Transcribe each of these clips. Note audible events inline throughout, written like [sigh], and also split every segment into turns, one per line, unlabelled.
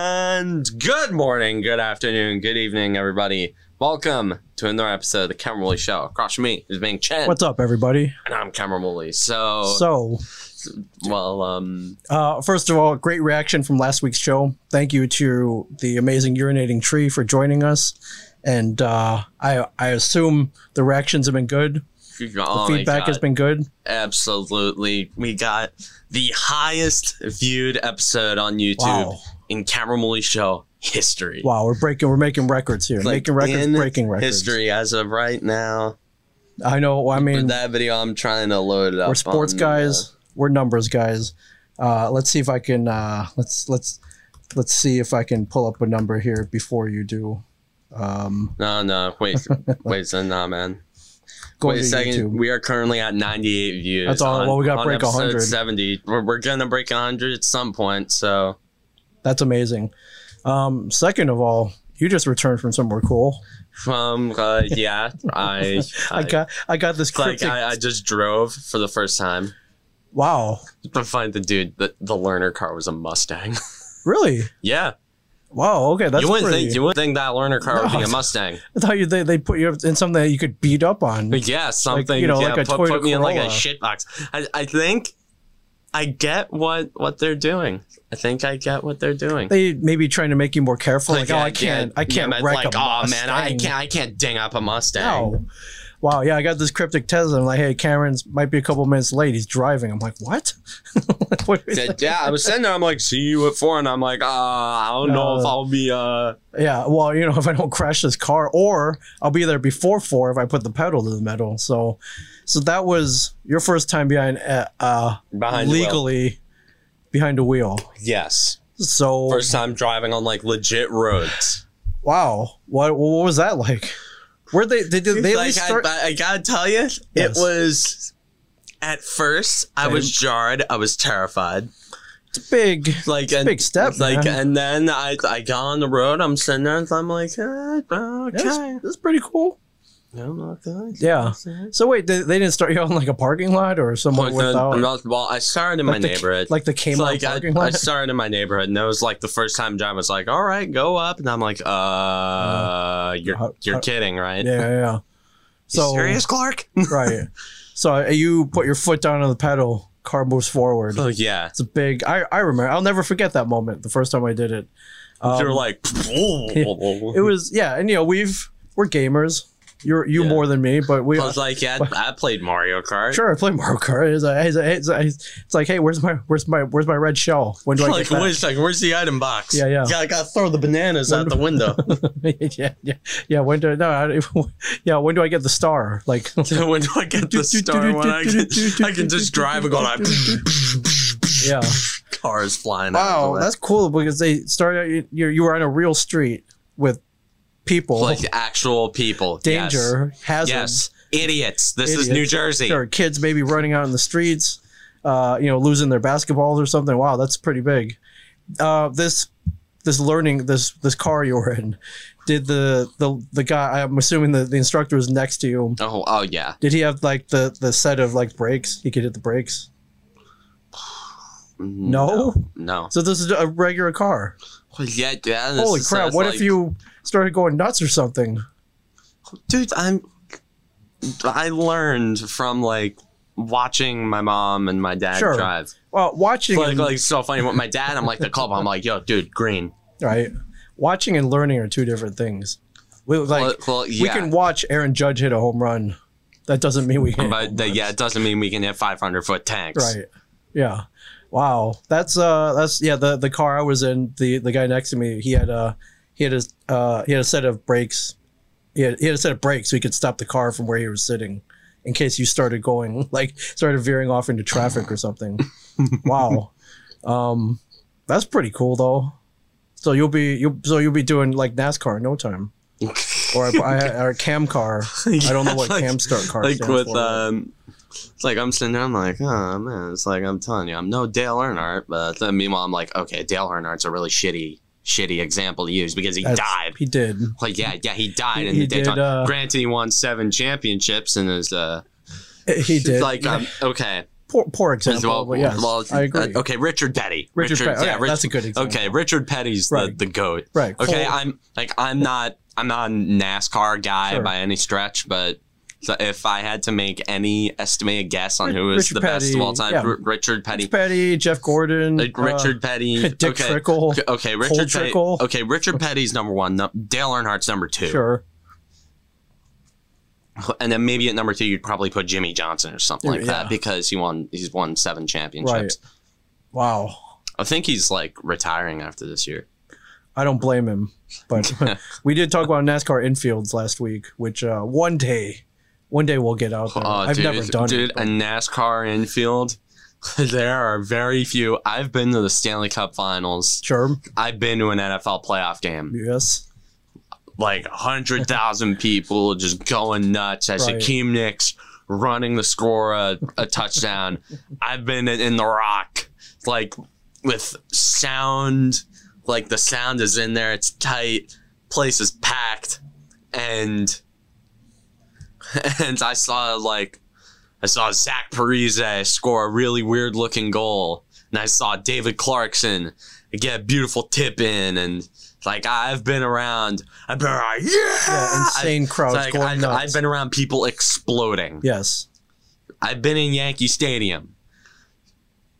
Nerds. Good morning, good afternoon, good evening, everybody. Welcome to another episode of the Cameron Woolley Show. Across from me is Ming Chen,
What's up, everybody?
and I'm Cameron Woolley. So,
So,
well, um,
uh, first of all, great reaction from last week's show. Thank you to the amazing urinating tree for joining us, and uh, I I assume the reactions have been good. The
oh my
feedback
God.
has been good.
absolutely. We got the highest viewed episode on YouTube
Wow,
in Cameron Woolley Show history.
wow, we're breaking we're making records here,
Like,
making records,
in
breaking records.
History as of right now.
I know. I
For
mean,
that video, I'm trying to load it up.
we're sports
on, uh,
guys. We're numbers guys. Uh, let's see if I can. Uh, let's let's let's see if I can pull up a number here before you do. Um,
uh, no, no,
[laughs]
wait, wait, so, nah, man.
go
Wait a
to
second.
YouTube.
We are currently at 98 views.
That's all- well, we gotta
on
break
episode
100.
70. We're, we're going to break 100 at some point. So,
That's amazing. Um, second of all, you just returned from somewhere cool.
um, uh,
[laughs]
yeah, I, I,
I got I got this
like,
cryptic.
I, I just drove for the first time
wow,
to find the dude that the learner car was a Mustang. [laughs]
really?
yeah.
Wow. Okay, that's
you wouldn't
pretty.
think, you wouldn't think that learner car would
[laughs] No.
be a Mustang.
I thought you they, they put you in something that you could beat up on.
But yeah, something,
you know,
yeah,
like a
put,
Toyota
put me in like a
Corolla.
shit box. I, I think I get what, what they're doing. I think I get what they're doing.
They may be trying to make you more careful. Like, oh, I
yeah,
can't,
yeah,
I can't
yeah,
wreck
like,
a
oh man, I
Mustang."
can't, I can't ding up a Mustang.
No. Wow. Yeah, I got this cryptic test. I'm like, hey, Cameron's might be a couple minutes late. He's driving. I'm like, what? [laughs] What is
Said,
that? [laughs]
yeah, I was sitting there. I'm like, see you at four, and I'm like, uh, I don't know if
Uh,
I'll be. uh
yeah. Well, you know, [laughs] if I don't crash this car, or I'll be there before four if I put the pedal to the metal. So, so that was your first time behind uh, uh,
Behind the wheel.
legally behind a wheel.
Yes,
So,
first time driving on like legit roads.
wow. What what was that like? Where they did they, they at
like,
least start?
I, I gotta tell you, it
Yes.
was. At first, I was jarred. I was terrified.
It's big.
Like and,
big step,
Like
man.
and then I I got on the road. I'm sitting there. and I'm like, eh,
That's,
okay.
that's pretty cool.
I'm "Oh, not good.
Yeah. So wait, they, they didn't start you out in like a parking lot or somewhere
Like,
without
I'm not- well, I started in
like
my
the,
neighborhood.
like the
It's
Kmart
like I,
parking
I
lot. [laughs]
started in my neighborhood, and that was like the first time John was like, "All right, go up," and I'm like, "Uh, you're
how-
you're
how-
kidding, right? [laughs]
Uh, yeah, yeah, yeah.
You
So mm,
serious, Clark? [laughs]
right. So uh, you put your foot down on the pedal, car moves forward.
oh yeah,
It's a big. I I remember. I'll never forget that moment. The first time I did it. Um,
you're
[laughs]
like,
it was yeah, and you know we've we're gamers. You're you
Yeah.
more than me, but we. uh,
I was like, yeah, I played Mario Kart. [laughs]
Sure, I play Mario Kart. It's like, it's, like- it's like- it's like, hey, where's my, where's my, where's my red shell? When do I
Like,
get that?
wait a second, where's the item box?
Yeah, yeah.
I gotta throw the bananas out the
[laughs]
window.
yeah, yeah, yeah. When do no? I, [laughs] yeah, when do I get the star?
[laughs]
Like,
when do I get the star? When I can, I can just drive and go like,
yeah.
cars flying. out
Wow,
the way.
that's cool because they started. out- You you- you were on a real street with people,
like actual people. Yes.
danger,
Yes.
hazards,
Idiots. This is
Idiots.
New Jersey.
or kids maybe running out in the streets, uh, you know, losing their basketballs or something. Wow, that's pretty big. Uh, this this learning this this car you were in, did the the the guy? I'm assuming the the instructor was next to you.
Oh, oh yeah.
Did he have like the the set of like brakes? He could hit the brakes. No?
No.
So this is a regular car.
Yeah, yeah. this
Holy
is-
crap!
it's
What
like-
if you started going nuts or something?
dude? I'm. I learned from like watching my mom and my dad
Sure.
drive.
Well, watching
Like,
and,
like so funny. With my dad, I'm like the club. I'm like, yo, dude, green.
right, watching and learning are two different things. We like
Well, well, yeah.
we can watch Aaron Judge hit a home run. That doesn't mean we can.
but the, yeah, it doesn't mean we can hit 500 foot tanks. [laughs]
Right. Yeah. Wow. That's uh. That's yeah. The the car I was in. The the guy next to me. He had a he had his uh he had a set of brakes. He had, he had a set of brakes so he could stop the car from where he was sitting, in case you started going [laughs] like started veering off into traffic
[laughs]
or something. wow. Um, that's pretty cool though. So you'll be you so you'll be doing like NASCAR in no time, or I,
[laughs]
or cam car. I don't know what
Yeah,
cam start car
like
stands
with
for.
um it's like I'm sitting there, I'm like, oh man, it's like I'm telling you, I'm no Dale Earnhardt, but then meanwhile I'm like, okay, Dale Earnhardt's a really shitty, shitty example to use because he
That's-
died.
He did.
Like yeah, yeah, he died
He-
in
he
the
did,
Daytona.
uh,
Granted, he won seven championships and is uh,
He did. [laughs]
like um, okay,
poor, poor example.
well,
but yes,
well,
I agree.
uh, okay, Richard Petty.
Richard, Petty.
yeah,
okay,
Rich-
that's a good example.
okay, Richard Petty's
Right.
the, the goat.
right.
Okay,
Cole-
I'm like I'm not I'm not a NASCAR guy
Sure.
by any stretch, but so if I had to make any estimated guess on
Ri-
who is
Richard
the best of all
Petty,
time,
yeah.
R- Richard Petty,
Rich Petty, Jeff Gordon,
like, Richard Petty,
uh, [laughs] Dick
okay.
Trickle.
Okay, okay, Richard Petty.
Trickle.
Okay, Richard Petty's number one. No, Dale Earnhardt's number two,
Sure.
and then maybe at number two you'd probably put Jimmy Johnson or something like
Yeah.
that because he won. He's won seven championships.
Wow.
I think he's like retiring after this year.
I don't blame him,
[laughs]
but we did talk about NASCAR infields last week, which uh, one day, one day we'll get out there.
Oh,
I've
dude,
never done
dude,
it.
a
but-
NASCAR infield. [laughs] There are very few. I've been to the Stanley Cup Finals.
Sure.
I've been to an NFL playoff game.
Yes.
Like hundred thousand people just going nuts as
Right.
Akeem Nicks running the score a, a touchdown. I've been in, in the rock, like with sound, like the sound is in there. It's tight. Place is packed, and [laughs] and I saw like I saw Zach Parise score a really weird looking goal, and I saw David Clarkson get a beautiful tip in, and like I've been around, I've been around, yeah,
Yeah, insane crowds
Ah, I,
going
have
nuts.
I've been around people exploding.
yes.
I've been in Yankee Stadium.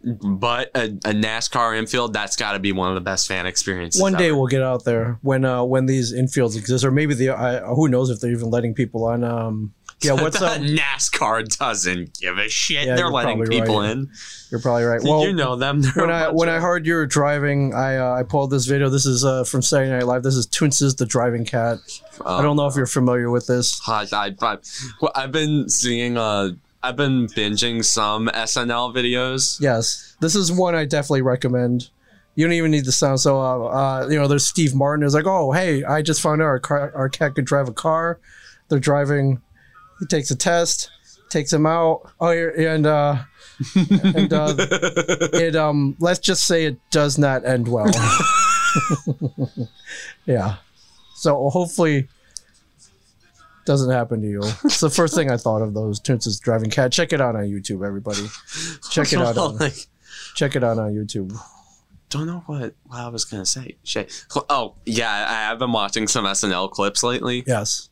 But a, a NASCAR infield, that's got to be one of the best fan experiences.
One day
ever.
we'll get out there when uh, when these infields exist, or maybe the I, who knows if they're even letting people on. Um,
[laughs]
yeah, what's
The
up?
NASCAR doesn't give a shit.
Yeah,
They're
you're
letting
probably
people
right.
in.
You're probably right. Well,
you know them. [laughs] They're
when
a
I
bunch
when
of-
I heard you were driving, I uh, I pulled this video. This is uh, from Saturday Night Live. This is Toonces the driving cat.
Oh.
I don't know if you're familiar with this.
um, Hot Dive Prime. Well, I've been seeing, uh, I've been binging some SNL videos.
Yes, this is one I definitely recommend. You don't even need the sound. So, uh, uh, you know, there's Steve Martin who's like, oh, hey, I just found out our, car, our cat could drive a car. They're driving. He takes a test, takes him out. Oh, here- and uh, and uh, it um, let's just say it does not end well. [laughs] yeah. So hopefully, doesn't happen to you. It's the first thing I thought of. Those tunes is driving cat. Check it out on YouTube, everybody. [laughs]
[laughs]
Check it out. on-
like,
check it out on YouTube.
don't know what, what I was going to say. Shit. Oh, yeah, I, I've been watching some SNL clips lately.
Yes.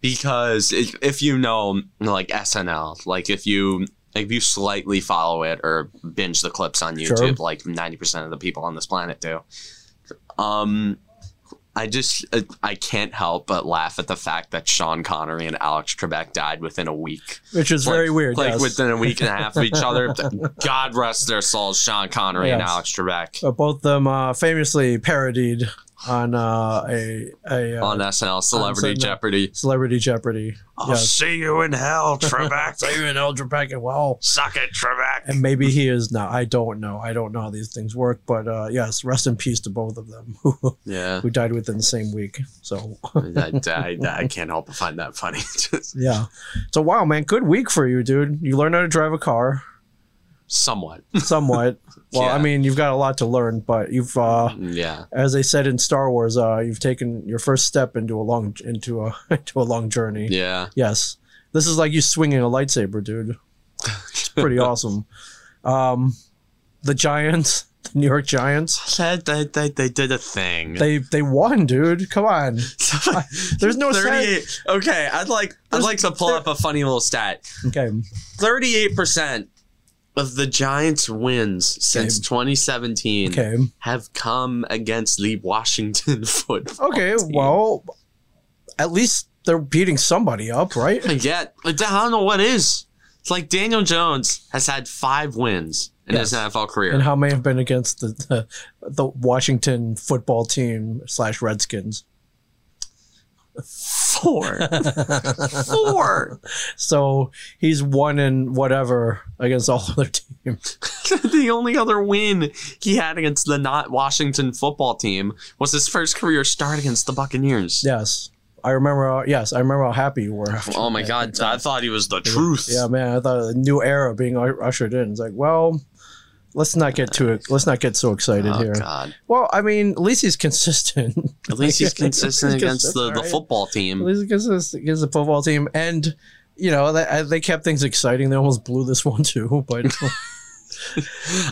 because if, if you know like SNL, like if you if you slightly follow it or binge the clips on
Sure.
YouTube, like ninety percent of the people on this planet do, um, I just I, I can't help but laugh at the fact that Sean Connery and Alex Trebek died within a week,
Which is very weird.
like
yes.
within a week and a half of each
[laughs]
other. God rest their souls, Sean Connery and
Yes.
Alex Trebek.
But both them uh, famously parodied on uh, a a uh,
On SNL Celebrity
SNL.
Jeopardy.
Celebrity Jeopardy.
I'll
Yes.
see you in hell, Trebek.
[laughs] David Eldrebeck and wow.
Suck it, Trebek.
And maybe he is not. I don't know. I don't know how these things work. But uh, yes, rest in peace to both of them [laughs] who,
Yeah.
who died within the same week. So
I, I, I can't help but find that funny. [laughs] Just
yeah. So wow, man, good week for you, dude. You learned how to drive a car
somewhat. [laughs]
somewhat. Well, I
Yeah.
mean, you've got a lot to learn, but you've uh,
Yeah.
as they said in Star Wars, uh, you've taken your first step into a long into a [laughs] into a long journey.
Yeah.
Yes, this is like you swinging a lightsaber, dude.
[laughs]
It's pretty awesome. Um, the Giants, the New York Giants,
They, they, they, they did a thing. [laughs]
they they won, dude. Come on, there's no sense.
38. Okay, I'd like I'd
There's-
like to pull up a funny little stat.
Okay,
38% of the Giants' wins since 2017
okay,
have come against the Washington [laughs] football.
okay.
team.
Well, at least they're beating somebody up, right?
Yeah, I don't know what is. It's like Daniel Jones has had five wins in his
Yes.
NFL career.
And how may have been against the the, the Washington football team slash Redskins.
Four. [laughs] Four.
So he's one in whatever against all other teams.
[laughs] the only other win he had against the not Washington football team was his first career start against the Buccaneers.
Yes, I remember. How, yes, I remember how happy you were. After
Oh my
that.
God! I thought he was the truth.
Yeah, man, I thought a new era being u- ushered in. It's like, well, let's not get too let's not get so excited
Oh
here.
God!
Well, I mean, at least he's consistent. [laughs]
At least he's consistent
He's
against the,
consistent,
the
right?
football
at
team.
least he's consistent against the football team and you know, they, I- they kept things exciting. They almost blew this [laughs] one too,
[laughs]
but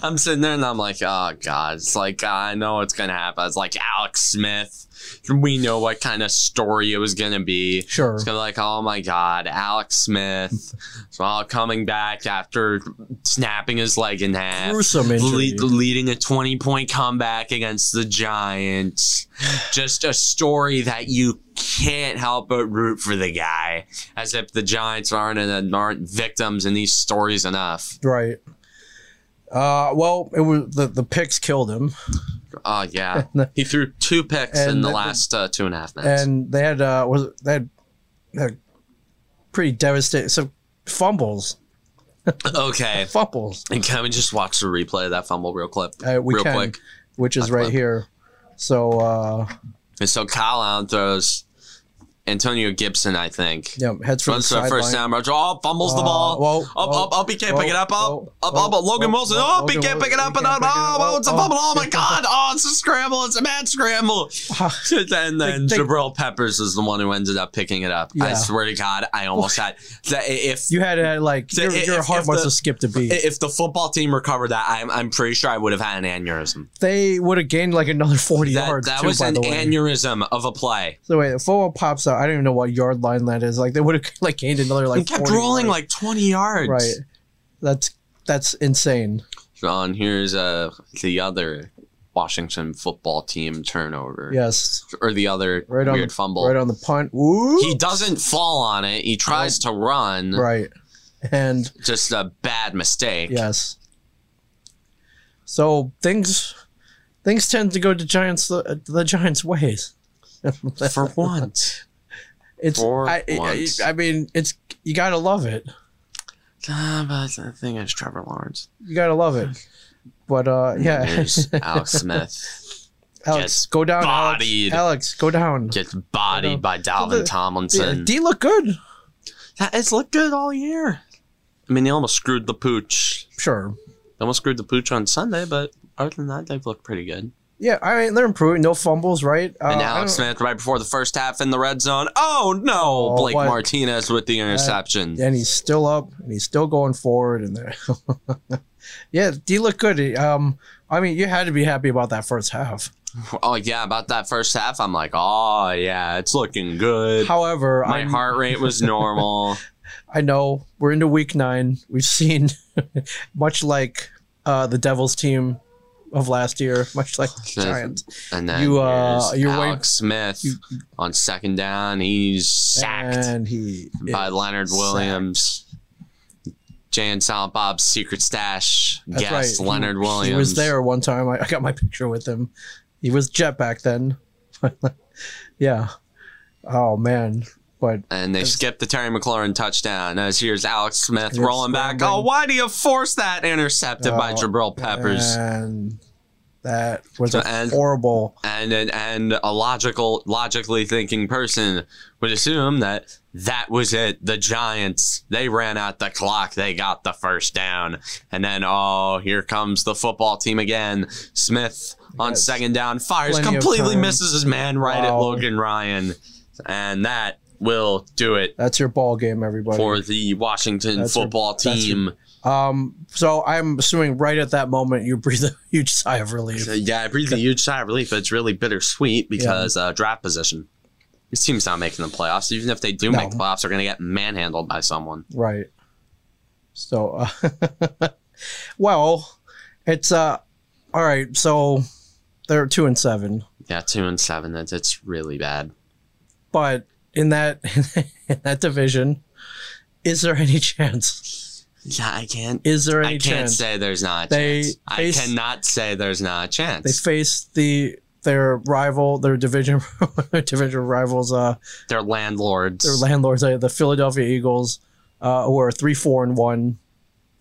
I'm sitting there and I'm like, oh god, it's like I know what's gonna happen. It's like Alex Smith. We know what kind of story it was gonna be.
sure.
It's gonna be like, oh my god, Alex Smith, so all coming back after snapping his leg in half.
Gruesome injury.
Le- leading a 20 point comeback against the Giants. Just a story that you can't help but root for the guy, as if the Giants aren't, and aren't victims in these stories enough.
Right. Uh, well, it was the, the picks killed him,
Oh,
[laughs]
yeah. He threw two picks in
And
the
the-
last uh, two and a half minutes.
and they had uh, was they had, they had pretty devastating. So fumbles,
[laughs] okay.
fumbles.
And can we just watch the replay of that fumble real quick?
Uh, we
real
can,
quick.
which is
That's
right
fine.
here. So uh,
And so Kyle Allen throws Antonio Gibson, I think.
yeah, heads for the
Runs for a first
sideline.
down. rush. Oh, fumbles the
Uh,
ball.
whoa,
Up,
whoa,
up, up, he can't
whoa,
pick it up. Up,
whoa,
up,
whoa,
up. Logan
whoa,
Wilson.
whoa,
Oh, he
Logan
can't pick it
Wilson,
up.
he
And up.
can't pick it
Oh,
up.
oh, it's a
Oh,
fumble. Oh, my
[laughs] shit.
God. Oh, it's a scramble. It's a mad
[laughs]
scramble. [laughs] and then
They- they-
Jabril Peppers is the one who ended up picking it up. I
Yeah.
swear to God, I almost had. That
[laughs]
if
You had uh, like
So
your,
if-
your
if-
heart
if
must
the-
have skipped a beat.
if the football team recovered that, I'm, I'm pretty sure I would have had an aneurysm.
they would have gained like another forty
That,
yards.
that
too,
was
by
an
the way.
aneurysm of a play.
So wait, the football pops out. I don't even know what yard line that is. Like they would have [laughs] like gained another like.
It kept
40
rolling
yards.
like 20 yards.
right. That's that's insane.
John, here's uh, the other Washington football team turnover.
Yes,
Or the other
Right on
weird
the-
fumble.
right on the punt. Ooh,
he doesn't fall on it. He tries to run.
right, and
Just a bad mistake.
yes. So things things tend to go to Giants the, the Giants ways. [laughs]
For once.
It's
for
I, I,
once.
I mean it's you gotta love it.
Ah, but the thing is, Trevor Lawrence.
You gotta love
[laughs]
it. But uh, yeah, [laughs]
Here's Alex Smith.
Alex,
gets
go down, Alex.
bodied.
Alex, go down.
Gets
I know.
bodied by Dalvin
Well, the- Yeah,
Tomlinson.
D look good.
That- it's looked good all year. I mean, they almost screwed the pooch.
Sure.
They almost screwed the pooch on Sunday, but other than that, they've looked pretty good.
Yeah, I mean they're improving. No fumbles, right? Uh,
And
I
Alex
don't-
Smith right before the first half in the red zone. Oh no,
Oh,
Blake
what?
Martinez with the interception.
and he's still up and he's still going forward and they're- [laughs] yeah d look good He, um i mean you had to be happy about that first half
Oh yeah, about that first half, I'm like, oh yeah, it's looking good.
however
My
I'm-
heart rate was
[laughs]
normal.
i know we're into week nine we've seen [laughs] much like uh the devil's team of last year much like the
Yeah.
giants
and then
You, uh,
here's
you're
Alex Smith
you-
on second down, he's sacked
and he
by Leonard
sacked.
Williams. Jay and Silent Bob's secret stash
that's
guest,
right, he-
Leonard Williams.
he was there one time I, I got my picture with him he was jet back then [laughs] yeah oh man but
And they skipped the Terry McLaurin touchdown as here's Alex Smith
And it's
rolling back.
scrambling.
Oh, why do you force that intercepted by
Oh,
Jabril Peppers?
And that was
So,
a
and-
horrible.
and, and and a logical, logically thinking person would assume that that was it. The Giants they ran out the clock. They got the first down, and then oh, here comes the football team again. Smith on
Yes.
second down fires
Plenty of
completely
time.
misses his man right at
Wow.
Logan Ryan, and that will do it.
That's your ball game, everybody.
for the Washington
That's your-
football
your-
team.
um, so I'm assuming right at that moment you breathe a [laughs] huge sigh of relief.
So, yeah, I breathed a huge sigh of relief, but it's really bittersweet because uh, draft position. This team's not making the playoffs. Even if they do
No.
make the playoffs, they're going to get manhandled by someone.
Right. So, uh, [laughs] well, it's uh, all right. So they're two and seven,
Yeah, two and seven. That's it's really bad.
but in that [laughs] in that division, is there any chance?
Yeah, I can't.
Is there
I
any
can't
chance
say there's not a
They
chance. I
face-
cannot say there's not a
they
chance.
face the their rival, their division, [laughs] their division rivals, uh,
They, are landlords
their landlords, uh, the Philadelphia Eagles, uh, who are three, four, and one,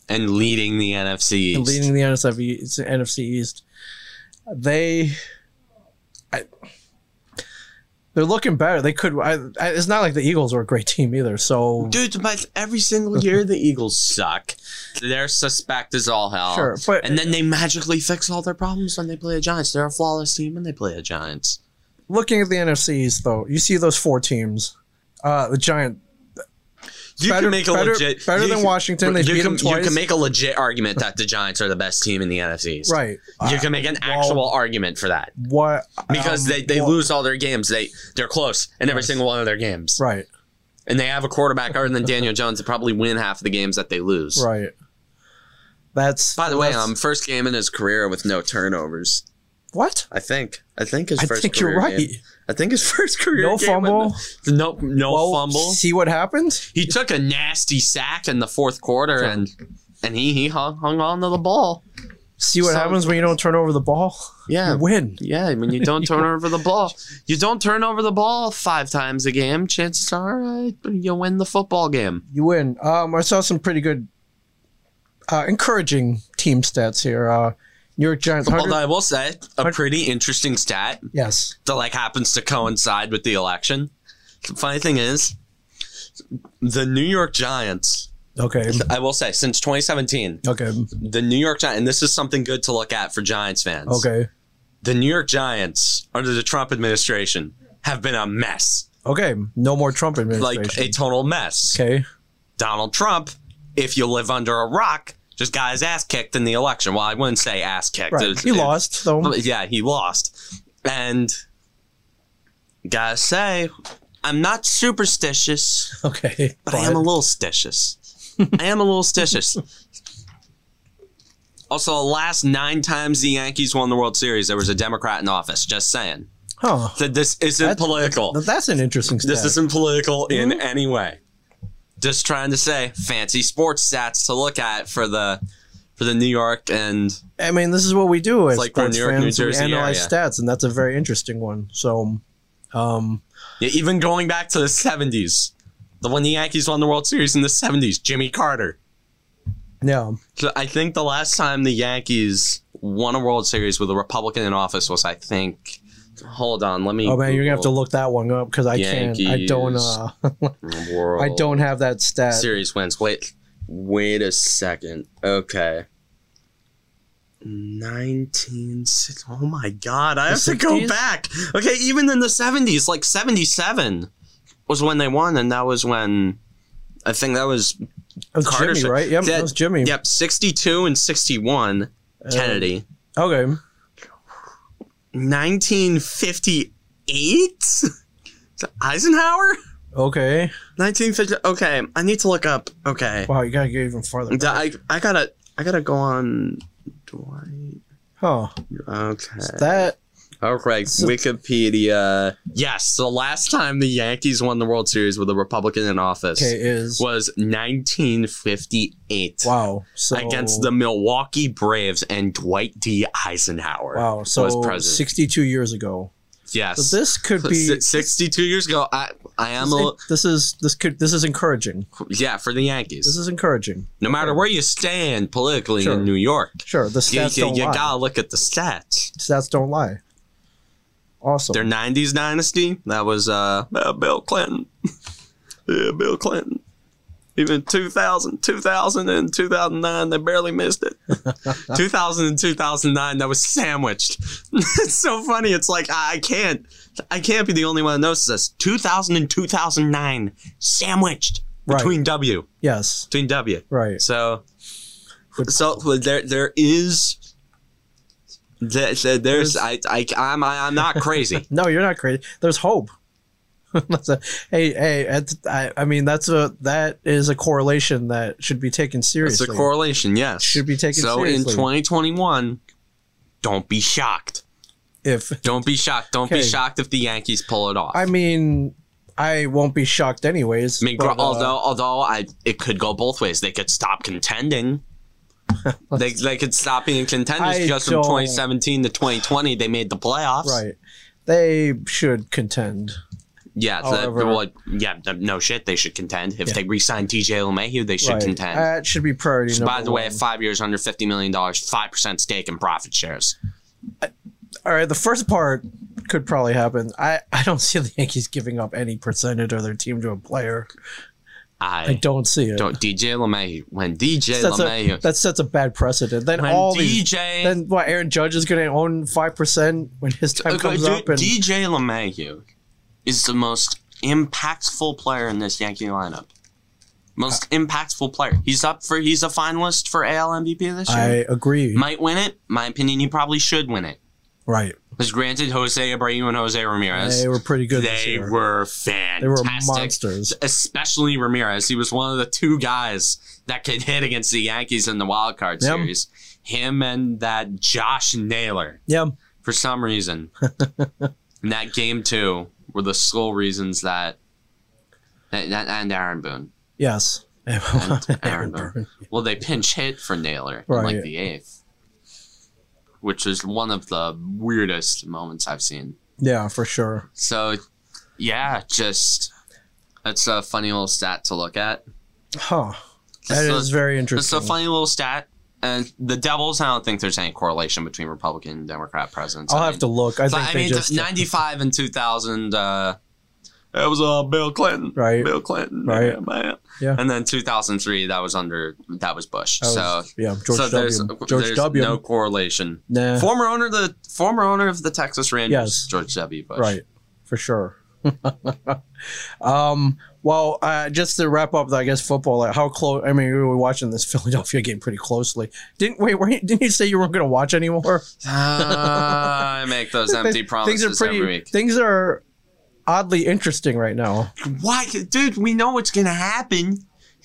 and leading the NFC.
and
East.
leading the NFC East, NFC East. They, I, they're looking better. They could. I, I, it's not like the Eagles are a great team either. So
Dude, but every single year the Eagles suck. They're suspect as all hell.
Sure, but-
and then they magically fix all their problems when they play the Giants. They're a flawless team when they play the Giants.
looking at the NFC East, though, you see those four teams. Uh, the Giant,
You
better-
can make a
better-
legit
better
you
than
can-
Washington. They
you
beat
can,
them twice.
You can make a legit argument that the Giants are the best team in the NFCs.
right.
You
Uh,
can make an
well-
actual argument for that
what
because
um,
they, they
what-
lose all their games. They they're close in every
Yes.
single one of their games,
Right.
and they have a quarterback other than Daniel Jones that probably win half the games that they lose.
Right. That's
By the way,
that's-
um, first game in his career with no turnovers.
what?
I think. I think his
I
first.
think you're
career
right.
game- I think his [laughs] first career.
No
game with
fumble.
No, no
Well,
fumble.
See what happened?
He took a nasty sack in the fourth quarter, and and he he hung, hung on to the ball.
See what
So-
happens when you don't turn over the ball?
Yeah,
You win.
yeah. When you don't turn over the
[laughs]
ball, you don't turn over the ball five times a game. Chances are uh, you win the football game.
You win. Um, I saw some pretty good, uh, encouraging team stats here. Uh, New York Giants. 100
Although I will say a pretty interesting stat
yes.
that like happens to coincide with the election. The funny thing is, the New York Giants.
Okay.
I will say since 2017,
Okay.
the New York Giants, and this is something good to look at for Giants fans.
Okay.
the New York Giants under the Trump administration have been a mess,
Okay. No more Trump administration.
like a total mess.
okay.
Donald Trump, if you live under a rock, just got his ass kicked in the election. Well, I wouldn't say ass kicked. It
Right.
was-
He
it-
lost though.
Yeah, he lost. And gotta say, I'm not superstitious,
Okay.
but I am a
But-
little stitious. I am a little
[laughs]
stitious. Also, the last nine times the Yankees won the World Series, there was a Democrat in office. Just saying.
huh.
that this isn't
That's-
political.
Now, That's an interesting stat.
This isn't political in
Mm-hmm.
any way. Just trying to say fancy sports stats to look at for the for the New York and
I mean, this is what we do as
like we're
sports
New York, New
fans. we
Jersey
analyze
area.
stats, and that's a very interesting one. So, um,
yeah, even going back to the seventies. The when the Yankees won the World Series in the seventies, Jimmy Carter.
yeah,
So I think the last time the Yankees won a World Series with a Republican in office was I think hold on, let me
Oh man, you're gonna have to look that one up because I can't. I don't.
Yankees.
Uh, [laughs]
Google World
I don't have that stat.
series wins. Wait, wait a second. Okay. 19 si- oh my god i
The
have to go
60s?
back okay even in the 70s like 77 was when they won and that was when i think that was
It was
Carter
Jimmy,
said-
right? Yep,
Yeah,
that was Jimmy.
yep 62 and 61
Uh,
kennedy
Okay.
1958 eisenhower [laughs]
Okay.
1950 okay i need to look up okay
Wow, you gotta get even farther.
D- I, I gotta I gotta go on Dwight.
Huh.
Okay.
That
Okay. Wikipedia. Yes, the last time the Yankees won the World Series with a Republican in office
okay is
was 1958
wow. So
against the Milwaukee Braves and Dwight D. Eisenhower.
wow.
was
So
president.
62 years ago.
Yes.
So this could be.
S- 62 years ago. I I am a
This is this could this is encouraging.
yeah for the Yankees.
This is encouraging.
no matter where you stand politically
Sure.
in New York,
Sure, the
you,
stats
you,
don't
you
lie.
gotta look at the stats.
Stats don't lie. Awesome.
their 90s dynasty that was uh, uh, bill clinton [laughs] yeah bill clinton even 2000 2000 and 2009 they barely missed it 2000 and 2009 that was sandwiched [laughs] it's so funny it's like i I can't i can't be the only one that notices this 2000 and 2009 sandwiched
Right.
between w
yes.
between w
Right.
so
Good.
so there there is there, there- there's I, I i'm i'm not crazy
No, you're not crazy. There's hope. [laughs] That's a- hey, hey, that's, I, I mean that's a that is a correlation that should be taken
It's
seriously.
a correlation, yes.
should be taken
so
seriously.
in 2021, don't be shocked.
if
Don't be shocked. Don't be
Okay.
shocked if the Yankees pull it off.
I
I mean,
mean, I won't be shocked anyways. but, uh,
although although I it could go both ways. They could stop
[laughs]
contending. they, they could stop being contenders
I
just from
don't-
2017 to 2020. They made the playoffs.
right, they should contend.
Yeah. so
However-
well, yeah. th- No shit. They should contend. If
Yeah.
they re-sign TJ LeMahieu, they should
right.
contend.
That should be priority.
Which, by
number
the way,
one.
five years under $50 million, 5% stake in profit shares.
all right, the first part could probably happen. I I don't [laughs] see the Yankees giving up any percentage of their team to a player. I
I
don't see it.
don't. DJ LeMahieu. When DJ
That's
LeMahieu.
a, that sets a bad precedent. Then
when
all these
DJ
then what Aaron Judge is going to own five percent when his time
Okay,
comes
dude,
up, and
DJ LeMahieu is the most impactful player in this Yankee lineup. most
Uh,
impactful player. He's up for he's a finalist for AL MVP this year.
I agree.
Might win it. My opinion, he probably should win it.
right.
Because granted, Jose Abreu and Jose Ramirez,
They were pretty good this
they
year.
were
they were
fantastic.
monsters.
Especially Ramirez. He was one of the two guys that could hit against the Yankees in the wild card
Yep.
series. Him and that Josh Naylor
Yeah.
for some
[laughs]
reason. and that game two were the sole reasons that, that, that and Aaron Boone.
Yes. [laughs]
Aaron Boone. Well, they pinch hit for Naylor in
Right.
like the eighth, which is one of the weirdest moments I've seen.
Yeah, for sure.
So, yeah, just that's a funny little stat to look at.
Huh. That
It's a-
is very
It's
interesting.
a funny little stat. And the Devils, I don't think there's any correlation between Republican and Democrat presidents.
I'll
I
have
mean-
to look. I
So,
think
I
they
mean,
just
95 and 2000, uh, that was uh, Bill Clinton.
Right.
Bill Clinton.
Right.
Yeah, man.
Yeah.
And then 2003, that was under, that was Bush.
that was-
so,
Oh, yeah, George
so
W.
there's,
George
there's
W.
no correlation.
nah,
Former owner of the former owner of the Texas Rangers,
Yes.
George W. Bush.
right, for sure. [laughs] um, well, uh, just to wrap up, I guess football. Like, how close? I mean, we were watching this [laughs] Philadelphia game pretty closely. Didn't wait? were you- didn't you say you weren't going to watch anymore?
Ah, I [laughs] make those empty promises
things are pretty.
every week.
Things are oddly interesting right now.
Why, dude? We know what's gonna happen.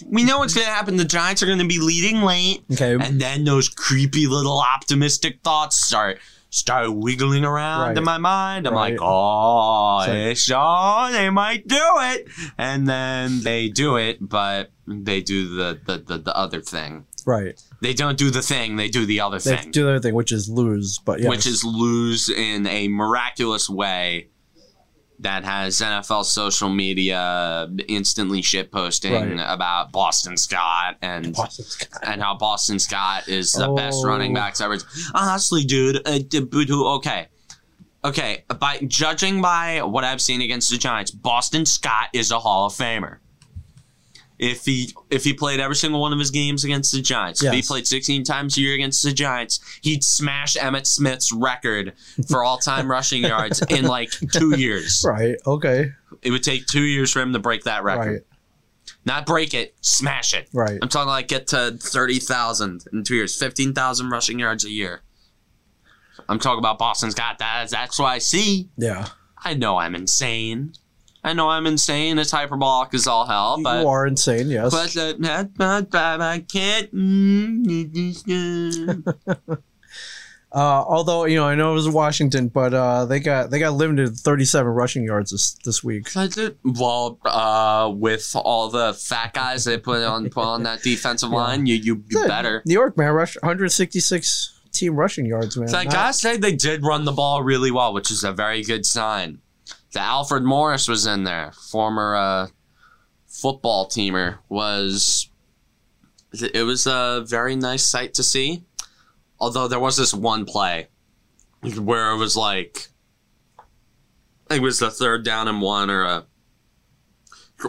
We know what's gonna happen. The Giants are gonna be leading late,
Okay,
and then those creepy little optimistic thoughts start start wiggling around
Right.
in my mind. I'm
Right.
like, oh,
It's like-
they saw they might do it, and then they do it, but they do the the, the, the other thing.
right.
They don't do the thing; they do the other
They
thing,
do the other thing, which is lose, but yeah,
which is lose in a miraculous way. That has NFL social media instantly shit posting about Boston Scott and and how Boston Scott is the best
Oh.
running backs ever. Honestly, dude, uh, d- but who- okay. Okay, by judging by what I've seen against the Giants, Boston Scott is a Hall of Famer. If he if he played every single one of his games against the Giants, if he
Yes.
played 16 times a year against the Giants, he'd smash Emmett Smith's record for
[laughs]
all-time rushing yards in like 2 years.
right. Okay,
It would take 2 years for him to break that record.
right,
Not break it, smash it.
right.
I'm talking like get to 30,000 in two years, 15,000 rushing yards a year. I'm talking about Boston's got that. That's what I see.
Yeah,
I know I'm insane. I know I'm insane. It's hyperbolic as all hell,
you
but.
are insane. Yes,
But, uh, but, but, but I can't. [laughs] mm,
Uh, although you know, I know it was Washington, but uh, they got they got limited to 37 rushing yards this this week.
but, uh, Well, uh, with all the fat guys they put on put on that defensive
[laughs] Yeah.
line, you you, you
Good.
better.
New York man rushed 166 team rushing yards, man.
It's like
Not-
I say they did run the ball really well, which is a very good sign. The Alfred Morris was in there, former uh, football teamer, was it was a very nice sight to see. Although there was this one play where it was like it was the third down and one or a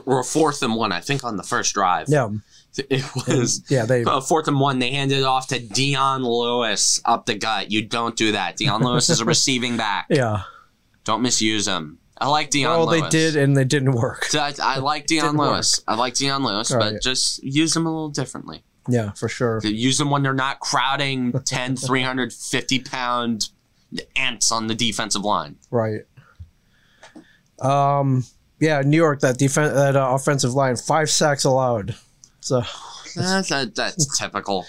or a fourth and one, I think on the first drive.
yeah,
It was
yeah, they
uh, fourth and one, they handed it off to Dion Lewis up the gut. You don't do that. Dion Lewis
[laughs]
is a receiving back.
yeah.
Don't misuse him. I like Dion
well,
Lewis.
they did, and they didn't work.
So I, I like Dion
Didn't work.
Lewis. I like Dion Lewis,
All
but
right.
just use him a little differently.
Yeah, for sure.
Use them when they're not crowding
[laughs]
10, 350 pound ants on the defensive
[laughs]
line.
Right. Um. Yeah, New York that defense that uh, offensive line five sacks allowed. So
That, Eh, that- that's typical.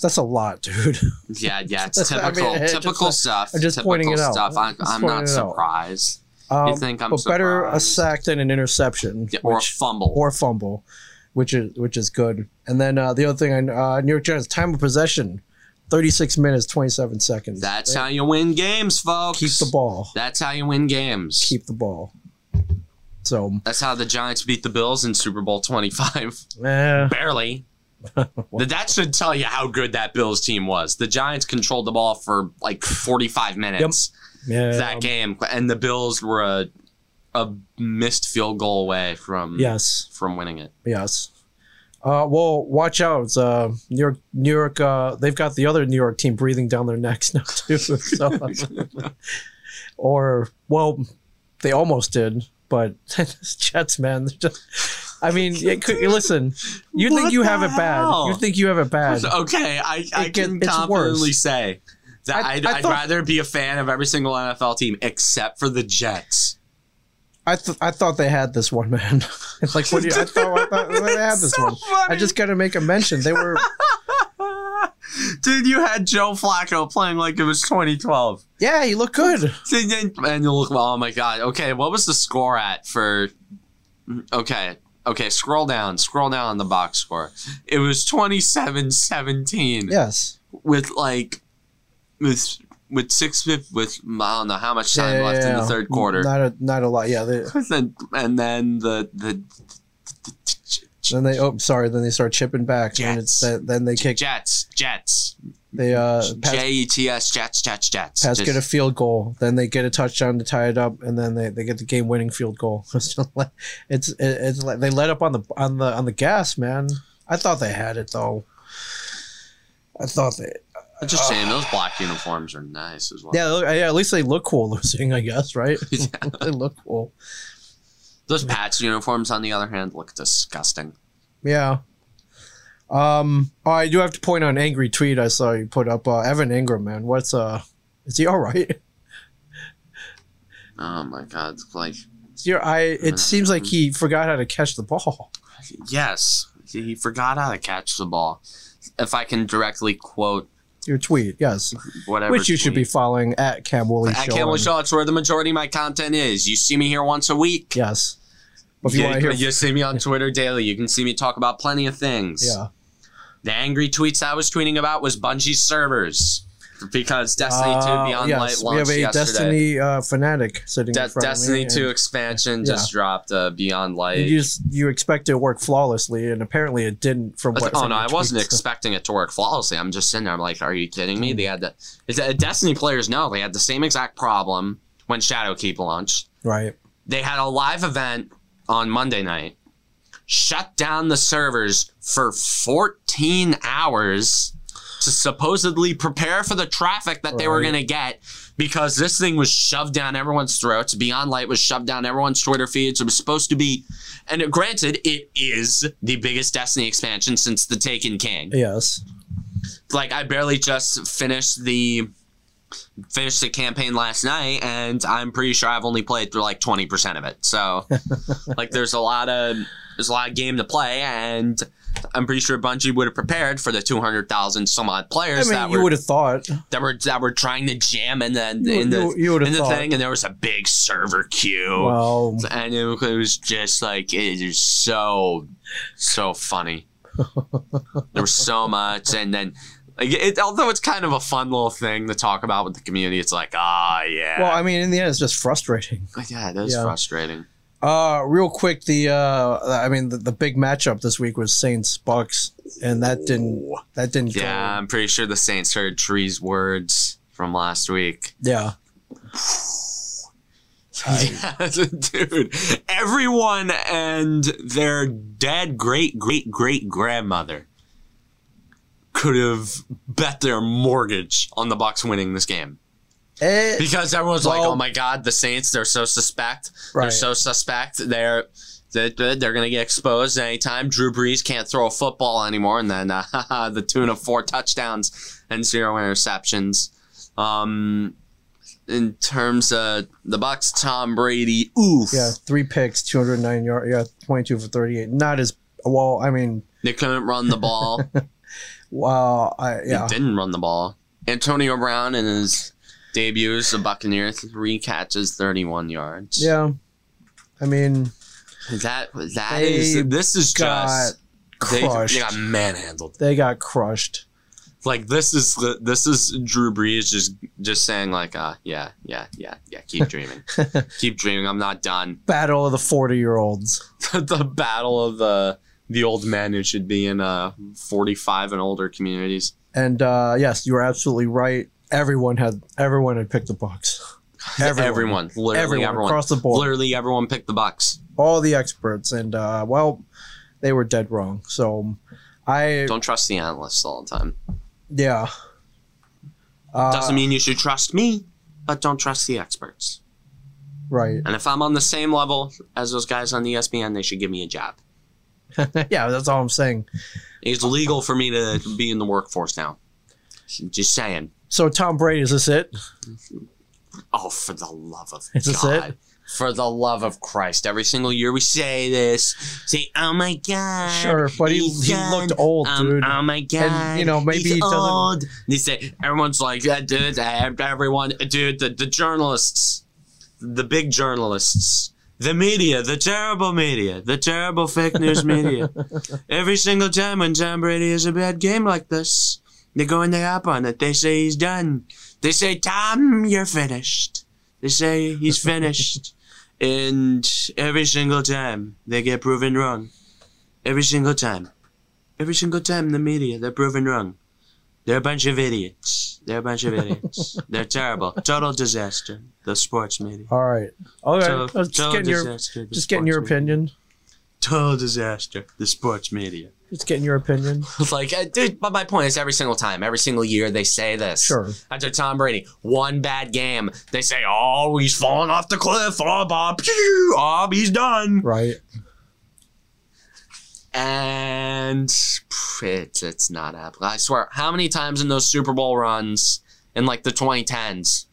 that's a lot, dude.
Yeah, yeah, it's
That's- [laughs] I mean,
typical.
it's just
typical
like-
stuff.
I'm just
typical
pointing it out.
stuff. I'm,
Just
I'm
pointing
not
it out.
surprised.
Um,
You think I'm
but better a
surprised?
sack than an interception
Yeah, or
which-
a fumble.
or fumble, which is which is good. And then uh, the other thing, I uh, New York Giants time of possession, thirty six minutes twenty seven seconds.
That's how you win games, folks.
keep the ball,
That's how you win games.
keep the ball. So
That's how the Giants beat the Bills in Super Bowl
[laughs]
25.
eh, [laughs]
Barely. Th- that should tell you how good that Bills team was. The Giants controlled the ball for like 45 minutes
yeah,
that game, and the Bills were a, a missed field goal away from
yes,
from winning it.
yes. Uh, well, watch out, uh, New York. New York. Uh, they've got the other New York team breathing down their necks now [laughs]
[laughs]
too. So. [laughs] or well, they almost did, but Jets man, they're just, I mean, it could, listen, you think
What
you
the
have it bad.
hell?
You think you have it
[laughs]
bad.
Okay, I, I
It get-
can
it's
confidently
worse.
say that
I-
I, would
I
I'd
thought-
rather be a fan of every single NFL team except for the
[laughs]
Jets.
I th- I thought they had this one, man. [laughs] it's like what do you, I thought I thought they had this
So
one. I
funny.
just got to make a mention.
[laughs]
They were
Dude, you had Joe Flacco playing like it was 2012.
yeah, you look good.
And then- and you look, oh my god. Okay, what was the score at for? Okay, okay, scroll down, scroll down on the box score. It was 27-17
Yes,
with like with with six fif- with I don't know how much
Yeah,
time
yeah,
left in
yeah.
the third quarter.
Not a not a lot. Yeah, they,
and, and then the the
then they oh sorry, then they start chipping back. And
Jets.
it's, then then they kick.
Jets Jets
They uh pass,
J E T S Jets Jets Jets.
pass
Just-
get a field goal. Then they get a touchdown to tie it up, and then they, they get the game winning field goal. [laughs] it's just like- it's it's like they let up on the on the on the gas, man. I thought they had it though. I thought they
I'm just
[sighs]
saying those black uniforms are nice as well.
Yeah, look- yeah. At least they look cool [laughs] losing, I
[laughs]
guess, right? [laughs] they look cool.
Those Pats uniforms, on the other hand, look disgusting.
Yeah. Um. Oh, I do have to point out an angry tweet I saw you put up. Uh, Evan Ingram, man, what's uh? Is he all right?
Oh my god! it's Like
Is he, I.
Mm-hmm.
It seems like he forgot how to catch the ball.
yes, he forgot how to catch the ball. If I can directly quote
Your tweet, yes,
whatever,
which you should be
tweet.
following at Cam Woolley
At
Show
Campbell
on-
Shaw, it's where the majority of my content is. You see me here once a week.
Yes. If you
Yeah,
want to hear,
you see me on Twitter daily. You can see me talk about plenty of things.
yeah.
The angry tweets I was tweeting about was Bungie's servers because Destiny 2 Beyond Light
Uh, we have
launched
a
yesterday.
Destiny uh, fanatic sitting
De-
in front
Destiny
of me.
2
and-
expansion just dropped uh, Beyond Light.
You just you expect it to work flawlessly, and apparently it didn't. From what?
oh
from
no,
your
I wasn't
tweets.
expecting it to work flawlessly. I'm just sitting there. I'm like, are you kidding me? They had the it's- uh, Destiny players know they had the same exact problem when Shadowkeep launched.
Right.
They had a live event on Monday night, shut down the servers for 14 hours to supposedly prepare for the traffic that they were
Right.
going to get because this thing was shoved down everyone's throats. Beyond Light was shoved down everyone's Twitter feeds. It was supposed to be, and it- granted, it is the biggest Destiny expansion since The Taken King.
Yes.
Like, I barely just finished the finished the campaign last night and i'm pretty sure i've only played through like 20% of it
[laughs]
so like there's a lot of there's a lot of game to play and i'm pretty sure bungie would have prepared for the 200000 some odd
I
players that
mean, you
were
would have thought.
that were that were trying to jam in the
You-
in the,
you- you would've
in the
thought.
thing, and there was a big server queue,
Well,
and it, was- it was just like it is so so funny.
[laughs]
there was so much, and then. Like it, although it's kind of a fun little thing to talk about with the community, it's like, ah, yeah,
well, I mean, in the end, it's just frustrating.
yeah, that's
yeah.
frustrating.
Uh, real quick, the uh, I mean, the, the big matchup this week was Saints Bucks, and that didn't that didn't go-
Yeah, I'm pretty sure the Saints heard Tree's words from last week.
yeah.
[laughs] Yeah, dude. Everyone and their dead great great great grandmother could have bet their mortgage on the Bucks winning this game
Eh,
because everyone's like,
Well-
"Oh my God, the Saints! They're so suspect. They're
right.
so suspect. They're." They're, they're going to get exposed anytime. Drew Brees can't throw a football anymore. And then [laughs] uh, the tune of four touchdowns and zero interceptions. Um, in terms of the Bucks, Tom Brady, oof.
yeah, three picks, two hundred nine yard. Yeah, twenty two for thirty eight. Not as well. I mean,
They couldn't run the ball.
wow. I
They
[laughs] yeah.
didn't run the ball. Antonio Brown in his debut as a Buccaneer, three catches, thirty-one yards.
Yeah. I mean,
that that
They
is this is
got
just they,
crushed.
they got manhandled.
they got crushed.
Like this is the this is Drew Brees just just saying like uh yeah yeah yeah yeah
[laughs]
keep dreaming keep dreaming I'm not done. [laughs]
Battle of the forty year olds.
the battle of the the old men who should be in uh 45 and older communities.
And uh, yes, you were absolutely right. Everyone had everyone had picked the Bucks. Everyone.
everyone literally
Everyone,
everyone.
across the board,
Literally everyone picked the Bucks.
all the experts, and uh, well, they were dead wrong. So I
Don't trust the analysts all the time.
yeah. Uh,
Doesn't mean you should trust me, but don't trust the experts.
right.
[laughs] E And if I'm on the same level as those guys on ESPN, they should give me a job.
yeah, that's all I'm saying.
It's legal for me to be in the workforce now. Just saying.
So Tom Brady, is this it?
Oh, for the love of
Is this
God.
it?
For the love of Christ. Every single year we say this. Say, oh my God.
Sure, but he,
he's
he
done.
looked old,
Um,
dude.
Oh my god!
you know, maybe
he's
he doesn't-
Old. They say everyone's like, yeah, dude. eh, Everyone, dude. The, the journalists, the big journalists, the media, the terrible media, the terrible fake news
[laughs]
media. Every single time when Tom Brady has a bad game like this, they go and they hop on it. They say he's done. They say Tom, you're finished. They say he's
[laughs]
finished. And every single time they get proven wrong. Every single time. Every single time the media, they're proven wrong. They're a bunch of idiots. They're a bunch of
[laughs]
idiots. they're terrible. Total disaster. The sports media.
all right, all right.
Total,
I was just
total
getting your
disaster, the
just getting your
sports media.
opinion.
Total disaster. The sports media.
Just getting your opinion.
It's [laughs] like, uh, dude, but my point is every single time, every single year they say this.
Sure.
After Tom Brady, one bad game, they say, oh, he's falling off the cliff. Oh, Bob, pew, oh, he's done.
Right.
and pff, it's it's not happening. I swear. How many times in those Super Bowl runs in like the 2010s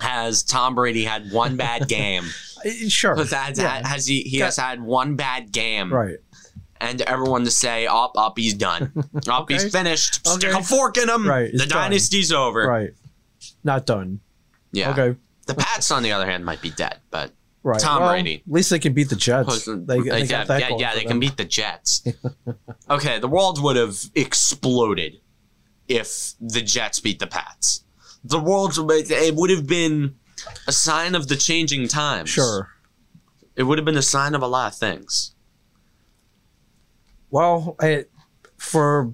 has Tom Brady had one bad [laughs] game?
Uh, Sure.
But that,
Yeah.
has he? He has had one bad game,
Right.
and everyone to say, "Up, up, he's
[laughs]
done. Up,
Okay.
he's finished. Stick
Okay.
a fork in him.
Right, it's
The
done.
dynasty's over."
Right. Not done.
Yeah.
Okay.
The Pats, on the other hand, might be dead, but
Right.
Tom
Well,
Brady.
At least they can beat the Jets. [laughs] They,
Post-
they
like,
got
yeah,
that
yeah,
going
yeah,
for
they
them.
can beat the Jets. [laughs] okay, the world would have exploded if the Jets beat the Pats. The world it would have been a sign of the changing times.
Sure.
it would have been a sign of a lot of things.
Well, it, for